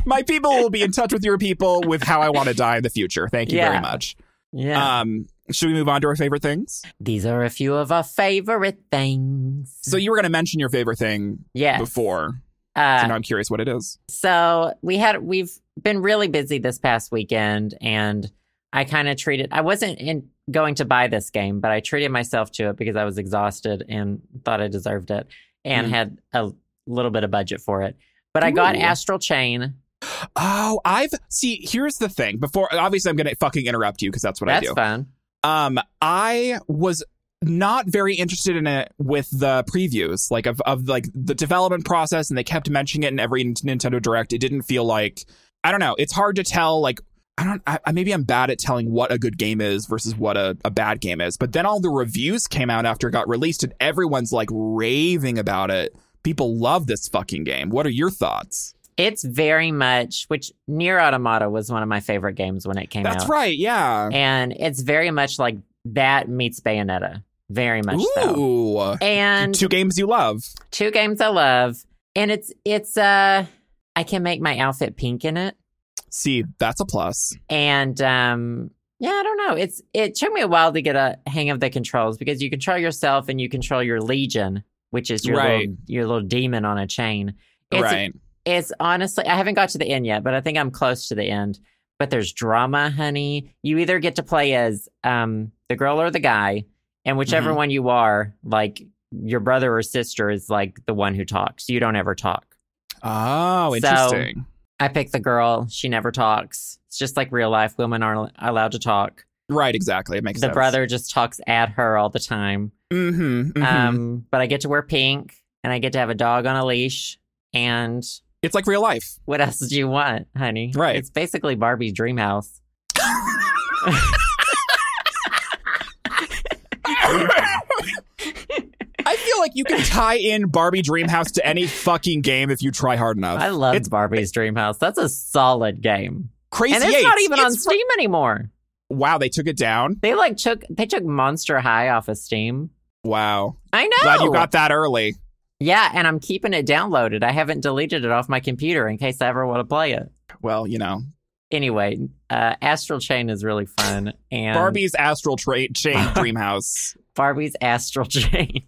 Speaker 1: my people will be in touch with your people with how I want to die in the future. Thank you very
Speaker 2: Yeah.
Speaker 1: much.
Speaker 2: Yeah.
Speaker 1: Um, should we move on to our favorite things?
Speaker 2: These are a few of our favorite things.
Speaker 1: So you were going to mention your favorite thing
Speaker 2: yes.
Speaker 1: before. So
Speaker 2: Uh,
Speaker 1: now I'm curious what it is.
Speaker 2: so we had we've been really busy this past weekend, and I kind of treated. I wasn't in, going to buy this game, but I treated myself to it because I was exhausted and thought I deserved it, and
Speaker 1: Mm.
Speaker 2: had a little bit of budget for it. But I got
Speaker 1: Ooh.
Speaker 2: Astral Chain.
Speaker 1: Oh, I've see. Here's the thing. Before, obviously, I'm going to fucking interrupt you because that's what I
Speaker 2: That's
Speaker 1: do.
Speaker 2: fun.
Speaker 1: Um, I was not very interested in it with the previews, like of of like the development process, and they kept mentioning it in every N- Nintendo Direct. It didn't feel like I don't know. It's hard to tell. Like I don't. I, I- maybe I'm bad at telling what a good game is versus what a, a bad game is. But then all the reviews came out after it got released, and everyone's like raving about it. People love this fucking game. What are your thoughts?
Speaker 2: It's very much which Near Automata was one of my favorite games when it came
Speaker 1: That's
Speaker 2: out.
Speaker 1: right. Yeah.
Speaker 2: And it's very much like that meets Bayonetta. Very much so.
Speaker 1: Ooh.
Speaker 2: And
Speaker 1: Two games you love.
Speaker 2: two games I love. And it's it's uh I can make my outfit pink in it.
Speaker 1: See, that's a plus.
Speaker 2: And um yeah, I don't know. It's it took me a while to get a hang of the controls because you control yourself and you control your legion, which is your
Speaker 1: Right.
Speaker 2: little, your little demon on a chain. It's
Speaker 1: right.
Speaker 2: It's honestly, I haven't got to the end yet, but I think I'm close to the end. But there's drama, honey. You either get to play as um, the girl or the guy, and whichever
Speaker 1: Mhm.
Speaker 2: one you are, like your brother or sister is like the one who talks. You don't ever talk.
Speaker 1: Oh,
Speaker 2: So-
Speaker 1: interesting.
Speaker 2: I pick the girl. She never talks. It's just like real life. Women aren't allowed to talk.
Speaker 1: right, exactly. It makes
Speaker 2: the
Speaker 1: sense.
Speaker 2: brother just talks at her all the time.
Speaker 1: Mm-hmm,
Speaker 2: Um, but I get to wear pink, and I get to have a dog on a leash, and
Speaker 1: it's like real life.
Speaker 2: <laughs> What else do you want, honey?
Speaker 1: Right.
Speaker 2: It's basically Barbie's dream house.
Speaker 1: I feel like you can tie in Barbie Dreamhouse to any fucking game if you try hard enough.
Speaker 2: I love
Speaker 1: it's
Speaker 2: Barbie's dream house. That's a solid game.
Speaker 1: crazy.
Speaker 2: and it's
Speaker 1: Eights.
Speaker 2: not even on
Speaker 1: It's fr-
Speaker 2: Steam anymore.
Speaker 1: wow, they took it down.
Speaker 2: They like took they took Monster High off of Steam.
Speaker 1: Wow,
Speaker 2: I know.
Speaker 1: glad you got that early.
Speaker 2: yeah, and I'm keeping it downloaded. I haven't deleted it off my computer in case I ever want to play it.
Speaker 1: Well, you know,
Speaker 2: Anyway, uh, Astral Chain is really fun, and
Speaker 1: Barbie's Astral tra-
Speaker 2: <laughs>
Speaker 1: Chain Dreamhouse.
Speaker 2: Barbie's astral <laughs> chain.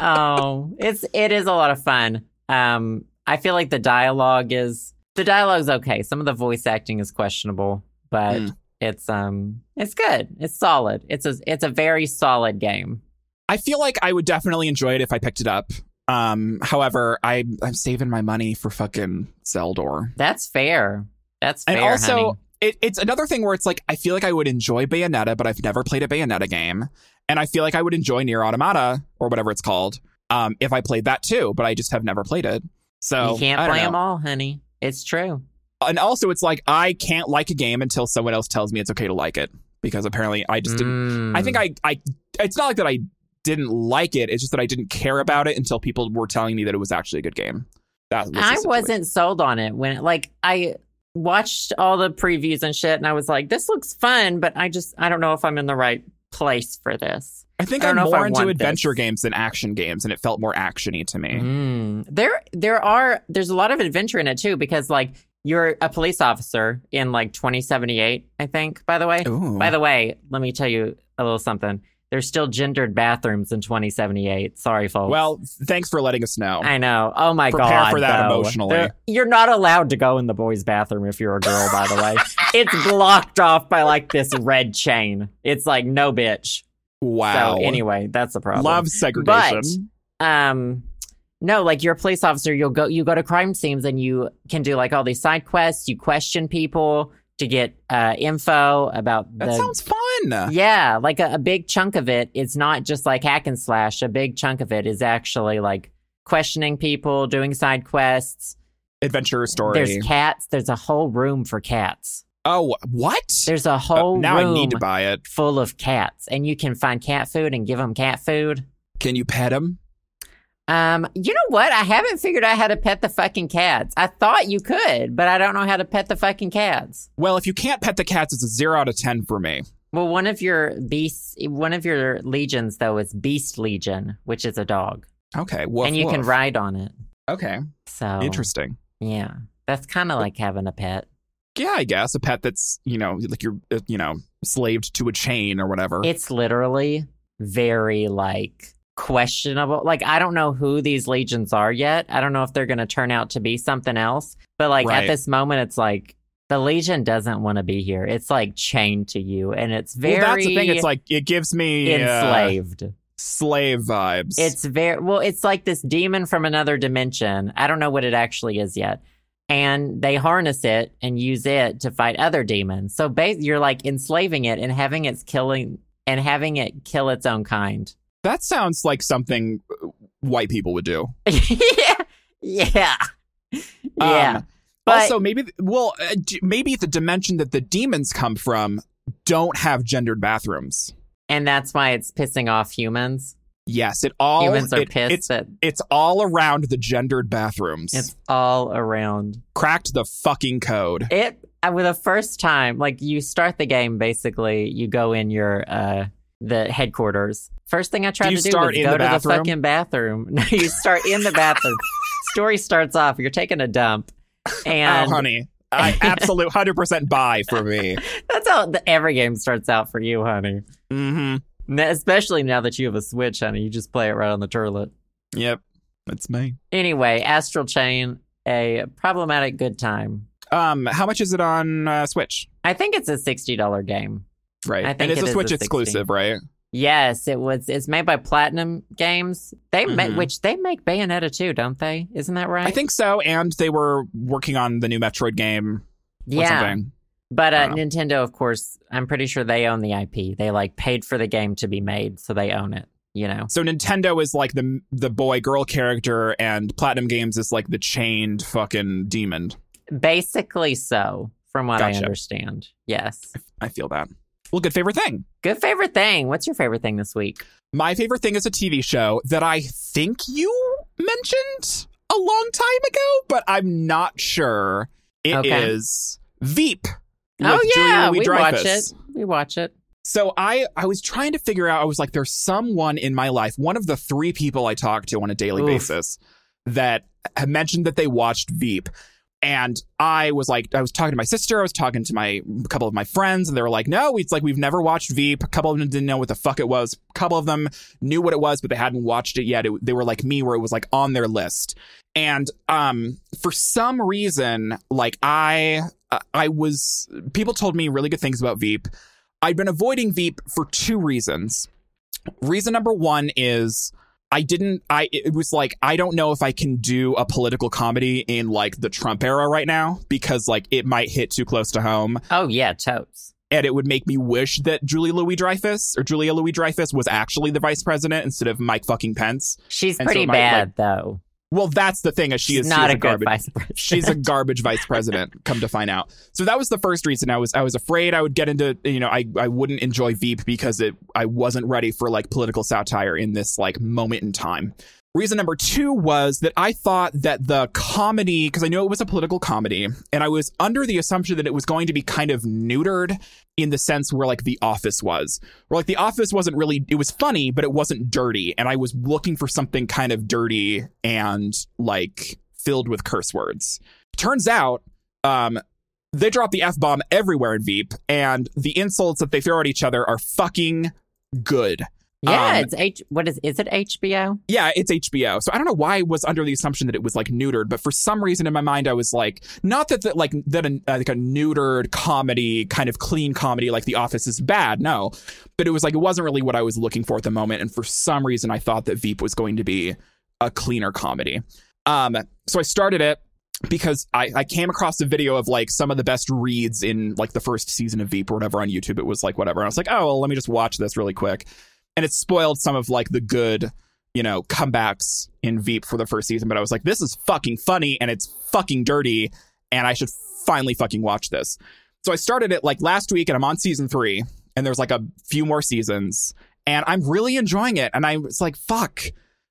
Speaker 2: oh, it's it is a lot of fun. Um, I feel like the dialogue is the dialogue's okay. Some of the voice acting is questionable, but
Speaker 1: Mm.
Speaker 2: it's um it's good. It's solid. It's a it's a very solid game.
Speaker 1: I feel like I would definitely enjoy it if I picked it up. Um, however, I I'm saving my money for fucking Zeldor.
Speaker 2: That's fair. That's fair.
Speaker 1: And also,
Speaker 2: honey.
Speaker 1: it, it's another thing where it's like I feel like I would enjoy Bayonetta, but I've never played a Bayonetta game, and I feel like I would enjoy Near Automata or whatever it's called um, if I played that too, but I just have never played it. So
Speaker 2: you can't
Speaker 1: oh, I don't
Speaker 2: play
Speaker 1: know.
Speaker 2: them all, honey. It's true.
Speaker 1: And also, it's like I can't like a game until someone else tells me it's okay to like it because apparently I just didn't. I think
Speaker 2: Mm.
Speaker 1: I I it's not like that I didn't like it. It's just that I didn't care about it until people were telling me that it was actually a good game. That was the
Speaker 2: I
Speaker 1: situation.
Speaker 2: wasn't sold on it when like I watched all the previews and shit and I was like, this looks fun, but I just I don't know if I'm in the right place for this.
Speaker 1: I think
Speaker 2: I
Speaker 1: I
Speaker 2: don't
Speaker 1: am
Speaker 2: know if
Speaker 1: more
Speaker 2: I
Speaker 1: into
Speaker 2: want
Speaker 1: adventure
Speaker 2: this.
Speaker 1: games than action games, and it felt more actiony to me.
Speaker 2: Mm. There there are there's a lot of adventure in it too, because like you're a police officer in like twenty seventy eight, I think, by the way.
Speaker 1: Ooh.
Speaker 2: By the way, let me tell you a little something. There's still gendered bathrooms in twenty seventy eight. Sorry, folks.
Speaker 1: Well, thanks for letting us know.
Speaker 2: I know. Oh my
Speaker 1: Prepare
Speaker 2: god.
Speaker 1: for that
Speaker 2: though.
Speaker 1: emotionally.
Speaker 2: There- you're not allowed to go in the boys' bathroom if you're a girl, by the
Speaker 1: <laughs>
Speaker 2: way. it's blocked off by like this red chain. It's like no bitch.
Speaker 1: wow.
Speaker 2: So anyway, that's the problem.
Speaker 1: Love segregation.
Speaker 2: um no, like you're a police officer, you'll go you go to crime scenes and you can do like all these side quests, you question people to get uh info about
Speaker 1: that
Speaker 2: the
Speaker 1: sounds fun.
Speaker 2: yeah, like a, a big chunk of it is not just like hack and slash. A big chunk of it is actually like questioning people, doing side quests.
Speaker 1: Adventure story.
Speaker 2: There's cats. There's a whole room for cats.
Speaker 1: oh, what?
Speaker 2: There's a
Speaker 1: Uh,
Speaker 2: whole
Speaker 1: now
Speaker 2: room
Speaker 1: I need to buy it.
Speaker 2: full of cats, and you can find cat food and give them cat food.
Speaker 1: Can you pet him?
Speaker 2: Um, you know what? I haven't figured out how to pet the fucking cats. I thought you could, but I don't know how to pet the fucking cats.
Speaker 1: Well, if you can't pet the cats, it's a zero out of ten for me.
Speaker 2: Well, one of your beasts, one of your legions though is Beast Legion, which is a dog,
Speaker 1: Okay. Woof,
Speaker 2: and you can
Speaker 1: woof.
Speaker 2: ride on it.
Speaker 1: Okay.
Speaker 2: So
Speaker 1: Interesting.
Speaker 2: Yeah, That's kind of like having a pet.
Speaker 1: Yeah, I guess a pet that's you know like you're uh, you know slaved to a chain or whatever.
Speaker 2: It's literally very like questionable. Like I don't know who these legions are yet. I don't know if they're going to turn out to be something else. But like
Speaker 1: Right.
Speaker 2: at this moment, it's like the legion doesn't want to be here. It's like chained to you, and it's very
Speaker 1: well, that's the thing. It's like it gives me uh,
Speaker 2: enslaved.
Speaker 1: slave vibes.
Speaker 2: It's very well. It's like this demon from another dimension. I don't know what it actually is yet. And they harness it and use it to fight other demons. So bas- you're like enslaving it and having its killing and having it kill its own kind. <laughs>
Speaker 1: that sounds like something uh, white people would do.
Speaker 2: yeah, yeah,
Speaker 1: Um,
Speaker 2: yeah. But
Speaker 1: also, maybe th- well, uh, d- maybe the dimension that the demons come from don't have gendered bathrooms.
Speaker 2: and that's why it's pissing off humans.
Speaker 1: Yes, it all
Speaker 2: humans are
Speaker 1: it-
Speaker 2: pissed
Speaker 1: It's
Speaker 2: that
Speaker 1: it's all around the gendered bathrooms.
Speaker 2: it's all around.
Speaker 1: cracked the fucking code.
Speaker 2: It uh, with the first time, like you start the game. Basically, you go in your uh the headquarters. First thing I tried
Speaker 1: Do you
Speaker 2: to do
Speaker 1: start
Speaker 2: was
Speaker 1: in
Speaker 2: go
Speaker 1: the
Speaker 2: to the
Speaker 1: bathroom?
Speaker 2: fucking bathroom. <laughs> No, you start in the bathroom.
Speaker 1: <laughs>
Speaker 2: Story starts off. You're taking a dump, and
Speaker 1: oh, honey,
Speaker 2: <laughs>
Speaker 1: I absolute hundred percent buy for me.
Speaker 2: that's how the, every game starts out for you, honey. Mm-hmm.
Speaker 1: hmm
Speaker 2: N- Especially now that you have a Switch, honey. You just play it right on the toilet.
Speaker 1: Yep, that's me.
Speaker 2: Anyway, Astral Chain, a problematic good time.
Speaker 1: Um, how much is it on uh, Switch?
Speaker 2: I think it's a $60 game.
Speaker 1: Right,
Speaker 2: I
Speaker 1: and
Speaker 2: think
Speaker 1: it's
Speaker 2: it
Speaker 1: a
Speaker 2: is
Speaker 1: Switch
Speaker 2: a 60.
Speaker 1: exclusive, right?
Speaker 2: Yes, it was. It's made by Platinum Games. They make
Speaker 1: Mhm.
Speaker 2: which they make Bayonetta too, don't they? Isn't that right?
Speaker 1: I think so. And they were working on the new Metroid game. Or
Speaker 2: Yeah,
Speaker 1: something.
Speaker 2: but
Speaker 1: I
Speaker 2: uh,
Speaker 1: don't
Speaker 2: Nintendo, of course, I'm pretty sure they own the IP. They like paid for the game to be made, so they own it. You know,
Speaker 1: So Nintendo is like the the boy girl character, and Platinum Games is like the chained fucking demon.
Speaker 2: basically so, from what I
Speaker 1: Gotcha.
Speaker 2: understand. Yes.
Speaker 1: I feel that. Well, good favorite thing.
Speaker 2: Good favorite thing. What's your favorite thing this week?
Speaker 1: My favorite thing is a TV show that I think you mentioned a long time ago, but I'm not sure. It is
Speaker 2: Okay.
Speaker 1: Veep. with
Speaker 2: oh yeah,
Speaker 1: Julia
Speaker 2: we watch it.
Speaker 1: Louis-Dreyfus.
Speaker 2: We watch it.
Speaker 1: So I I was trying to figure out I was like there's someone in my life one of the three people I talk to on a daily
Speaker 2: Oof.
Speaker 1: basis that had mentioned that they watched Veep and I was like I was talking to my sister I was talking to my a couple of my friends and they were like no it's like we've never watched Veep a couple of them didn't know what the fuck it was a couple of them knew what it was but they hadn't watched it yet It- they were like me where it was like on their list and um for some reason like I I- I was people told me really good things about Veep I'd been avoiding Veep for two reasons. Reason number one is I didn't, I, it was like, I don't know if I can do a political comedy in like the Trump era right now because like it might hit too close to home
Speaker 2: Oh yeah, totes.
Speaker 1: and it would make me wish that Julie Louis Dreyfus or Julia Louis Dreyfus was actually the vice president instead of Mike fucking Pence.
Speaker 2: She's
Speaker 1: And so
Speaker 2: pretty
Speaker 1: my,
Speaker 2: bad though.
Speaker 1: Well, that's the thing is she is
Speaker 2: She's
Speaker 1: she
Speaker 2: not
Speaker 1: is
Speaker 2: a, good
Speaker 1: garbage
Speaker 2: vice president.
Speaker 1: she's a garbage vice president come to find out so that was the first reason i was i was afraid i would get into you know i i wouldn't enjoy veep because it i wasn't ready for like political satire in this like moment in time reason number two was that i thought that the comedy because i knew it was a political comedy and i was under the assumption that it was going to be kind of neutered in the sense where like the office was where like the office wasn't really it was funny but it wasn't dirty and i was looking for something kind of dirty and like filled with curse words turns out um they drop the f-bomb everywhere in veep and the insults that they throw at each other are fucking good
Speaker 2: <laughs>
Speaker 1: um,
Speaker 2: yeah, it's H. What is? Is it HBO?
Speaker 1: yeah it's hbo so i don't know why i was under the assumption that it was like neutered but for some reason in my mind i was like not that the, like that a, like a neutered comedy kind of clean comedy like the office is bad no but it was like it wasn't really what i was looking for at the moment and for some reason i thought that veep was going to be a cleaner comedy um so i started it because I, I came across a video of like some of the best reads in like the first season of Veep or whatever on YouTube. It was like whatever. And I was like, oh, well, let me just watch this really quick. And it spoiled some of like the good, you know, comebacks in Veep for the first season. But I was like, this is fucking funny and it's fucking dirty. And I should finally fucking watch this. So I started it like last week and I'm on season three and there's like a few more seasons and I'm really enjoying it. And I was like, fuck.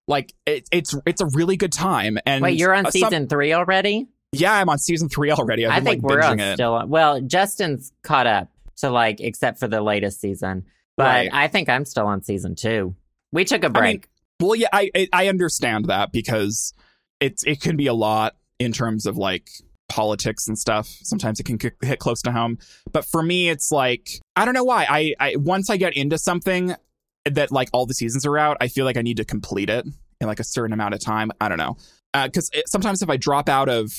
Speaker 1: Like it, it's it's a really good time. And
Speaker 2: Wait, you're on
Speaker 1: uh, some-
Speaker 2: season three already?
Speaker 1: yeah, I'm on season three already. I've
Speaker 2: I
Speaker 1: been,
Speaker 2: think
Speaker 1: like,
Speaker 2: we're on
Speaker 1: binging it.
Speaker 2: still. On, well, Justin's caught up to like, except for the latest season. But
Speaker 1: Right.
Speaker 2: I think I'm still on season two. We took a break.
Speaker 1: Well, yeah, I I- I understand that because it's it can be a lot in terms of like politics and stuff. Sometimes it can c- hit close to home. But for me, it's like I don't know why. I, I once I get into something that like all the seasons are out, I feel like I need to complete it in like a certain amount of time. I don't know because sometimes if I drop out of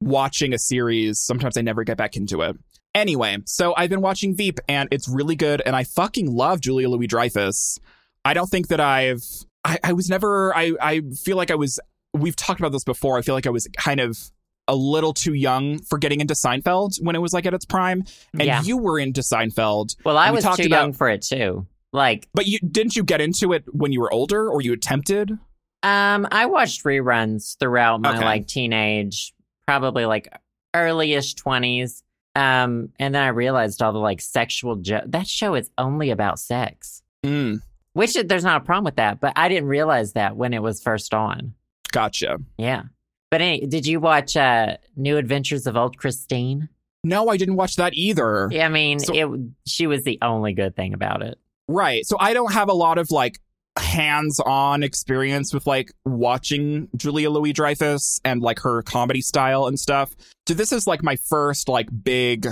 Speaker 1: watching a series, sometimes I never get back into it. Anyway, so I've been watching Veep and it's really good, and I fucking love Julia Louis Dreyfus. I don't think that I've I, I was never I I feel like I was we've talked about this before. I feel like I was kind of a little too young for getting into Seinfeld when it was like at its prime. And
Speaker 2: Yeah.
Speaker 1: you were into Seinfeld.
Speaker 2: Well, I
Speaker 1: We
Speaker 2: was
Speaker 1: talked
Speaker 2: too
Speaker 1: about-
Speaker 2: young for it too. Like,
Speaker 1: But you didn't you get into it when you were older or you attempted?
Speaker 2: um, I watched reruns throughout my
Speaker 1: Okay.
Speaker 2: like teenage, probably like early-ish twenties. Um, and then I realized all the like sexual jo- that show is only about sex,
Speaker 1: Mm,
Speaker 2: which is- there's not a problem with that, but I didn't realize that when it was first on.
Speaker 1: gotcha.
Speaker 2: Yeah. But any, did you watch uh, New Adventures of Old Christine?
Speaker 1: No, I didn't watch that either.
Speaker 2: Yeah, I mean,
Speaker 1: So-
Speaker 2: it. She was the only good thing about it.
Speaker 1: Right. So I don't have a lot of like hands-on experience with like watching Julia Louis Dreyfus and like her comedy style and stuff. So this is like my first like big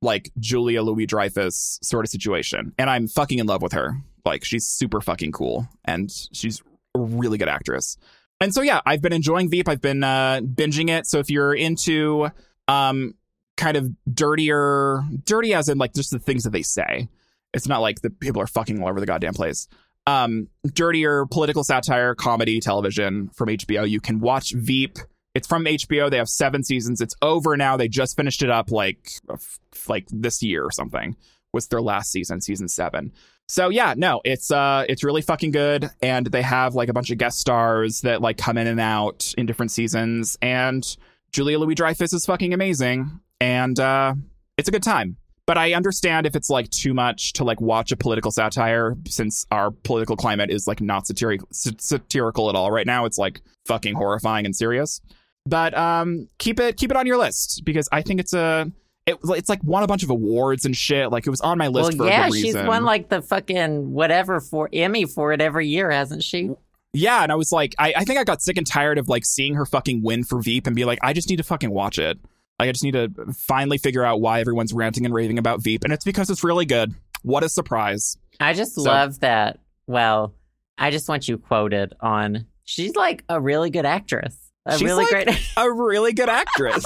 Speaker 1: like Julia Louis Dreyfus sort of situation. And I'm fucking in love with her. Like she's super fucking cool and she's a really good actress. And so yeah, I've been enjoying Veep. I've been uh binging it. So if you're into um kind of dirtier dirty as in like just the things that they say it's not like the people are fucking all over the goddamn place. Um, dirtier political satire, comedy, television from HBO. You can watch Veep. It's from HBO. They have seven seasons. It's over now. They just finished it up like f- like this year or something. Was their last season, season seven. So yeah, no, it's uh, it's really fucking good. And they have like a bunch of guest stars that like come in and out in different seasons. And Julia Louis Dreyfus is fucking amazing. And uh, it's a good time but I understand if it's like too much to like watch a political satire since our political climate is like not satiric- sat- satirical at all right now. It's like fucking horrifying and serious. But um, keep it keep it on your list because I think it's a it, it's like won a bunch of awards and shit. Like it was on my list for
Speaker 2: well, yeah,
Speaker 1: a good
Speaker 2: she's
Speaker 1: reason.
Speaker 2: won like the fucking whatever for Emmy for it every year, hasn't she?
Speaker 1: yeah, and I was like, I, I think I got sick and tired of like seeing her fucking win for Veep and be like, I just need to fucking watch it. Like I just need to finally figure out why everyone's ranting and raving about Veep, and it's because it's really good. What a surprise!
Speaker 2: I just
Speaker 1: So-
Speaker 2: love that. Well, I just want you quoted on. She's like a really good actress. A
Speaker 1: She's
Speaker 2: really
Speaker 1: like-
Speaker 2: great. <laughs>
Speaker 1: a really good actress.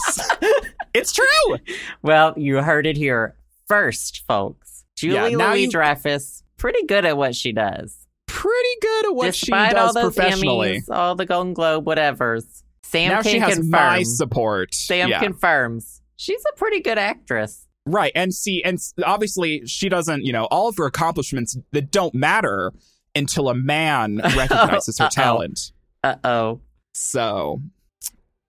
Speaker 1: it's true.
Speaker 2: well, you heard it here first, folks.
Speaker 1: Yeah,
Speaker 2: Julie
Speaker 1: now
Speaker 2: Louis
Speaker 1: you-
Speaker 2: Dreyfus, pretty good at what she does.
Speaker 1: Pretty good at what
Speaker 2: Despite
Speaker 1: she
Speaker 2: all
Speaker 1: does
Speaker 2: those
Speaker 1: professionally.
Speaker 2: Emmys, all the Golden Globe, whatever's. Sam
Speaker 1: now
Speaker 2: can
Speaker 1: she has
Speaker 2: confirm.
Speaker 1: my support.
Speaker 2: Sam
Speaker 1: yeah.
Speaker 2: confirms. She's a pretty good actress.
Speaker 1: right. And see, and s- obviously she doesn't, you know, all of her accomplishments that don't matter until a
Speaker 2: <laughs>
Speaker 1: man recognizes her
Speaker 2: Uh-oh.
Speaker 1: talent.
Speaker 2: Uh oh.
Speaker 1: So,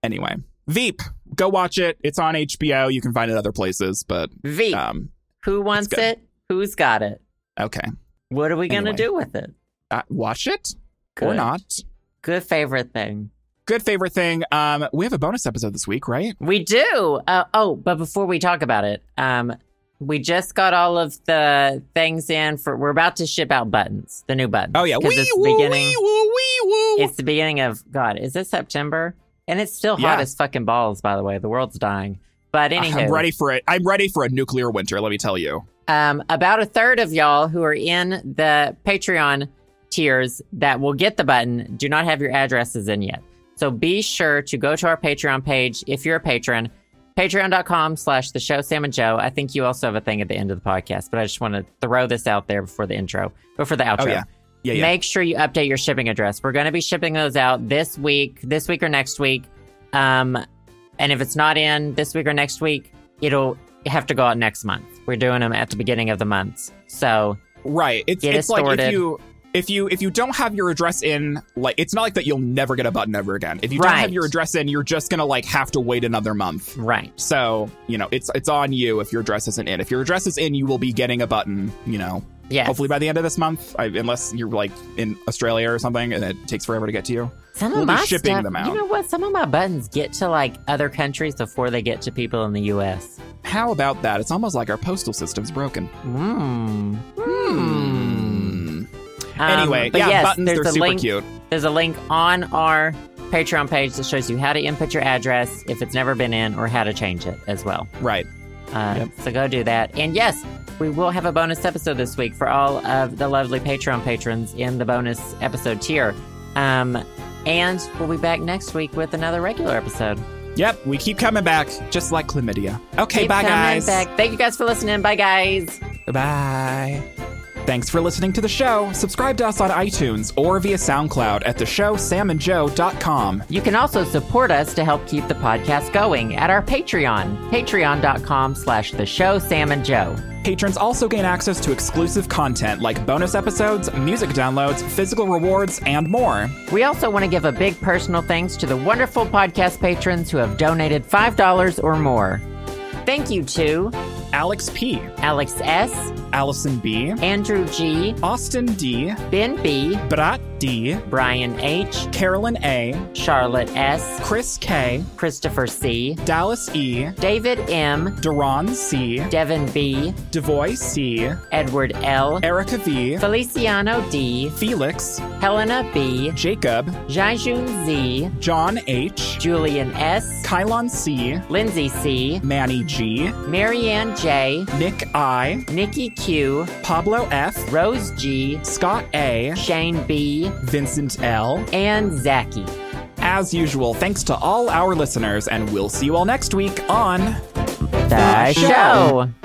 Speaker 1: anyway, Veep, go watch it. It's on HBO. You can find it other places, but
Speaker 2: V.
Speaker 1: um,
Speaker 2: Who wants
Speaker 1: good.
Speaker 2: it? Who's got it?
Speaker 1: okay,
Speaker 2: What are we going to
Speaker 1: Anyway.
Speaker 2: do with it?
Speaker 1: uh, watch it
Speaker 2: Good.
Speaker 1: or not.
Speaker 2: Good favorite thing.
Speaker 1: Good favorite thing. Um, we have a bonus episode this week, right?
Speaker 2: We do. Uh, oh, but before we talk about it, um, we just got all of the things in for. We're about to ship out buttons, the new buttons.
Speaker 1: Oh yeah,
Speaker 2: because it's the
Speaker 1: woo,
Speaker 2: beginning.
Speaker 1: wee, woo, wee, woo.
Speaker 2: It's the beginning of God. Is it September? And it's still hot
Speaker 1: Yeah.
Speaker 2: as fucking balls. By the way, the world's dying. But
Speaker 1: <laughs>
Speaker 2: anywho,
Speaker 1: Ah, I'm ready for it. I'm ready for a nuclear winter, let me tell you.
Speaker 2: um, about a third of y'all who are in the Patreon tiers that will get the button do not have your addresses in yet. So be sure to go to our Patreon page if you're a patron. Patreon.com slash the show Sam and Joe. I think you also have a thing at the end of the podcast, but I just want to throw this out there before the intro, before the outro.
Speaker 1: Oh, yeah. Yeah, yeah.
Speaker 2: Make sure you update your shipping address. We're going to be shipping those out this week, this week or next week. Um, and if it's not in this week or next week, it'll have to go out next month. We're doing them at the beginning of the month. So,
Speaker 1: right. It's
Speaker 2: Get
Speaker 1: it's
Speaker 2: it
Speaker 1: like
Speaker 2: sorted.
Speaker 1: if you if you if you don't have your address in, like it's not like that you'll never get a button ever again. If you don't
Speaker 2: Right.
Speaker 1: have your address in, you're just gonna like have to wait another month.
Speaker 2: right.
Speaker 1: So, you know, it's it's on you if your address isn't in. If your address is in, you will be getting a button, you know,
Speaker 2: Yes.
Speaker 1: hopefully by the end of this month. I, unless you're like in Australia or something and it takes forever to get to you.
Speaker 2: Some
Speaker 1: we'll
Speaker 2: of
Speaker 1: be
Speaker 2: my
Speaker 1: shipping
Speaker 2: stuff-
Speaker 1: them
Speaker 2: You
Speaker 1: out.
Speaker 2: know what? Some of my buttons get to like other countries before they get to people in the U.S.
Speaker 1: How about that? It's almost like our postal system's broken.
Speaker 2: Mm.
Speaker 1: Hmm.
Speaker 2: Um,
Speaker 1: anyway,
Speaker 2: but
Speaker 1: yeah,
Speaker 2: yes,
Speaker 1: buttons,
Speaker 2: Um, there's
Speaker 1: they're
Speaker 2: a
Speaker 1: super
Speaker 2: link.
Speaker 1: cute.
Speaker 2: There's a link on our Patreon page that shows you how to input your address if it's never been in or how to change it as well.
Speaker 1: Right.
Speaker 2: Uh,
Speaker 1: Yep.
Speaker 2: So go do that. And yes, we will have a bonus episode this week for all of the lovely Patreon patrons in the bonus episode tier. Um, and we'll be back next week with another regular episode.
Speaker 1: Yep, we keep coming back, just like chlamydia. Okay,
Speaker 2: Keep
Speaker 1: bye,
Speaker 2: coming
Speaker 1: guys.
Speaker 2: back. Thank you guys for listening. Bye, guys.
Speaker 1: Bye. Thanks for listening to the show. Subscribe to us on iTunes or via SoundCloud at the show samandjoe.com.
Speaker 2: You can also support us to help keep the podcast going at our Patreon, patreon.com slash the show Sam and Joe.
Speaker 1: Patrons also gain access to exclusive content like bonus episodes, music downloads, physical rewards, and more.
Speaker 2: We also want to give a big personal thanks to the wonderful podcast patrons who have donated $5 or more. Thank you to
Speaker 1: Alex P,
Speaker 2: Alex S.,
Speaker 1: Allison B,
Speaker 2: Andrew G.,
Speaker 1: Austin D,
Speaker 2: Ben B.,
Speaker 1: Brat D,
Speaker 2: Brian H.,
Speaker 1: Carolyn A,
Speaker 2: Charlotte S.,
Speaker 1: Chris K,
Speaker 2: Christopher C.,
Speaker 1: Dallas E,
Speaker 2: David M.,
Speaker 1: Duran C,
Speaker 2: Devin B.,
Speaker 1: Devoy C,
Speaker 2: Edward L.,
Speaker 1: Erica V,
Speaker 2: Feliciano D.,
Speaker 1: Felix,
Speaker 2: Helena B.,
Speaker 1: Jacob,
Speaker 2: Jaijun Z.,
Speaker 1: John H,
Speaker 2: Julian S.,
Speaker 1: Kylon C,
Speaker 2: Lindsay C.,
Speaker 1: Manny G,
Speaker 2: Marianne J.,
Speaker 1: Nick I,
Speaker 2: Nikki Q.,
Speaker 1: Pablo F,
Speaker 2: Rose G.,
Speaker 1: Scott A,
Speaker 2: Shane B.,
Speaker 1: Vincent L.
Speaker 2: and Zachy.
Speaker 1: As usual, thanks to all our listeners, and we'll see you all next week on.
Speaker 2: The
Speaker 1: show.
Speaker 2: show.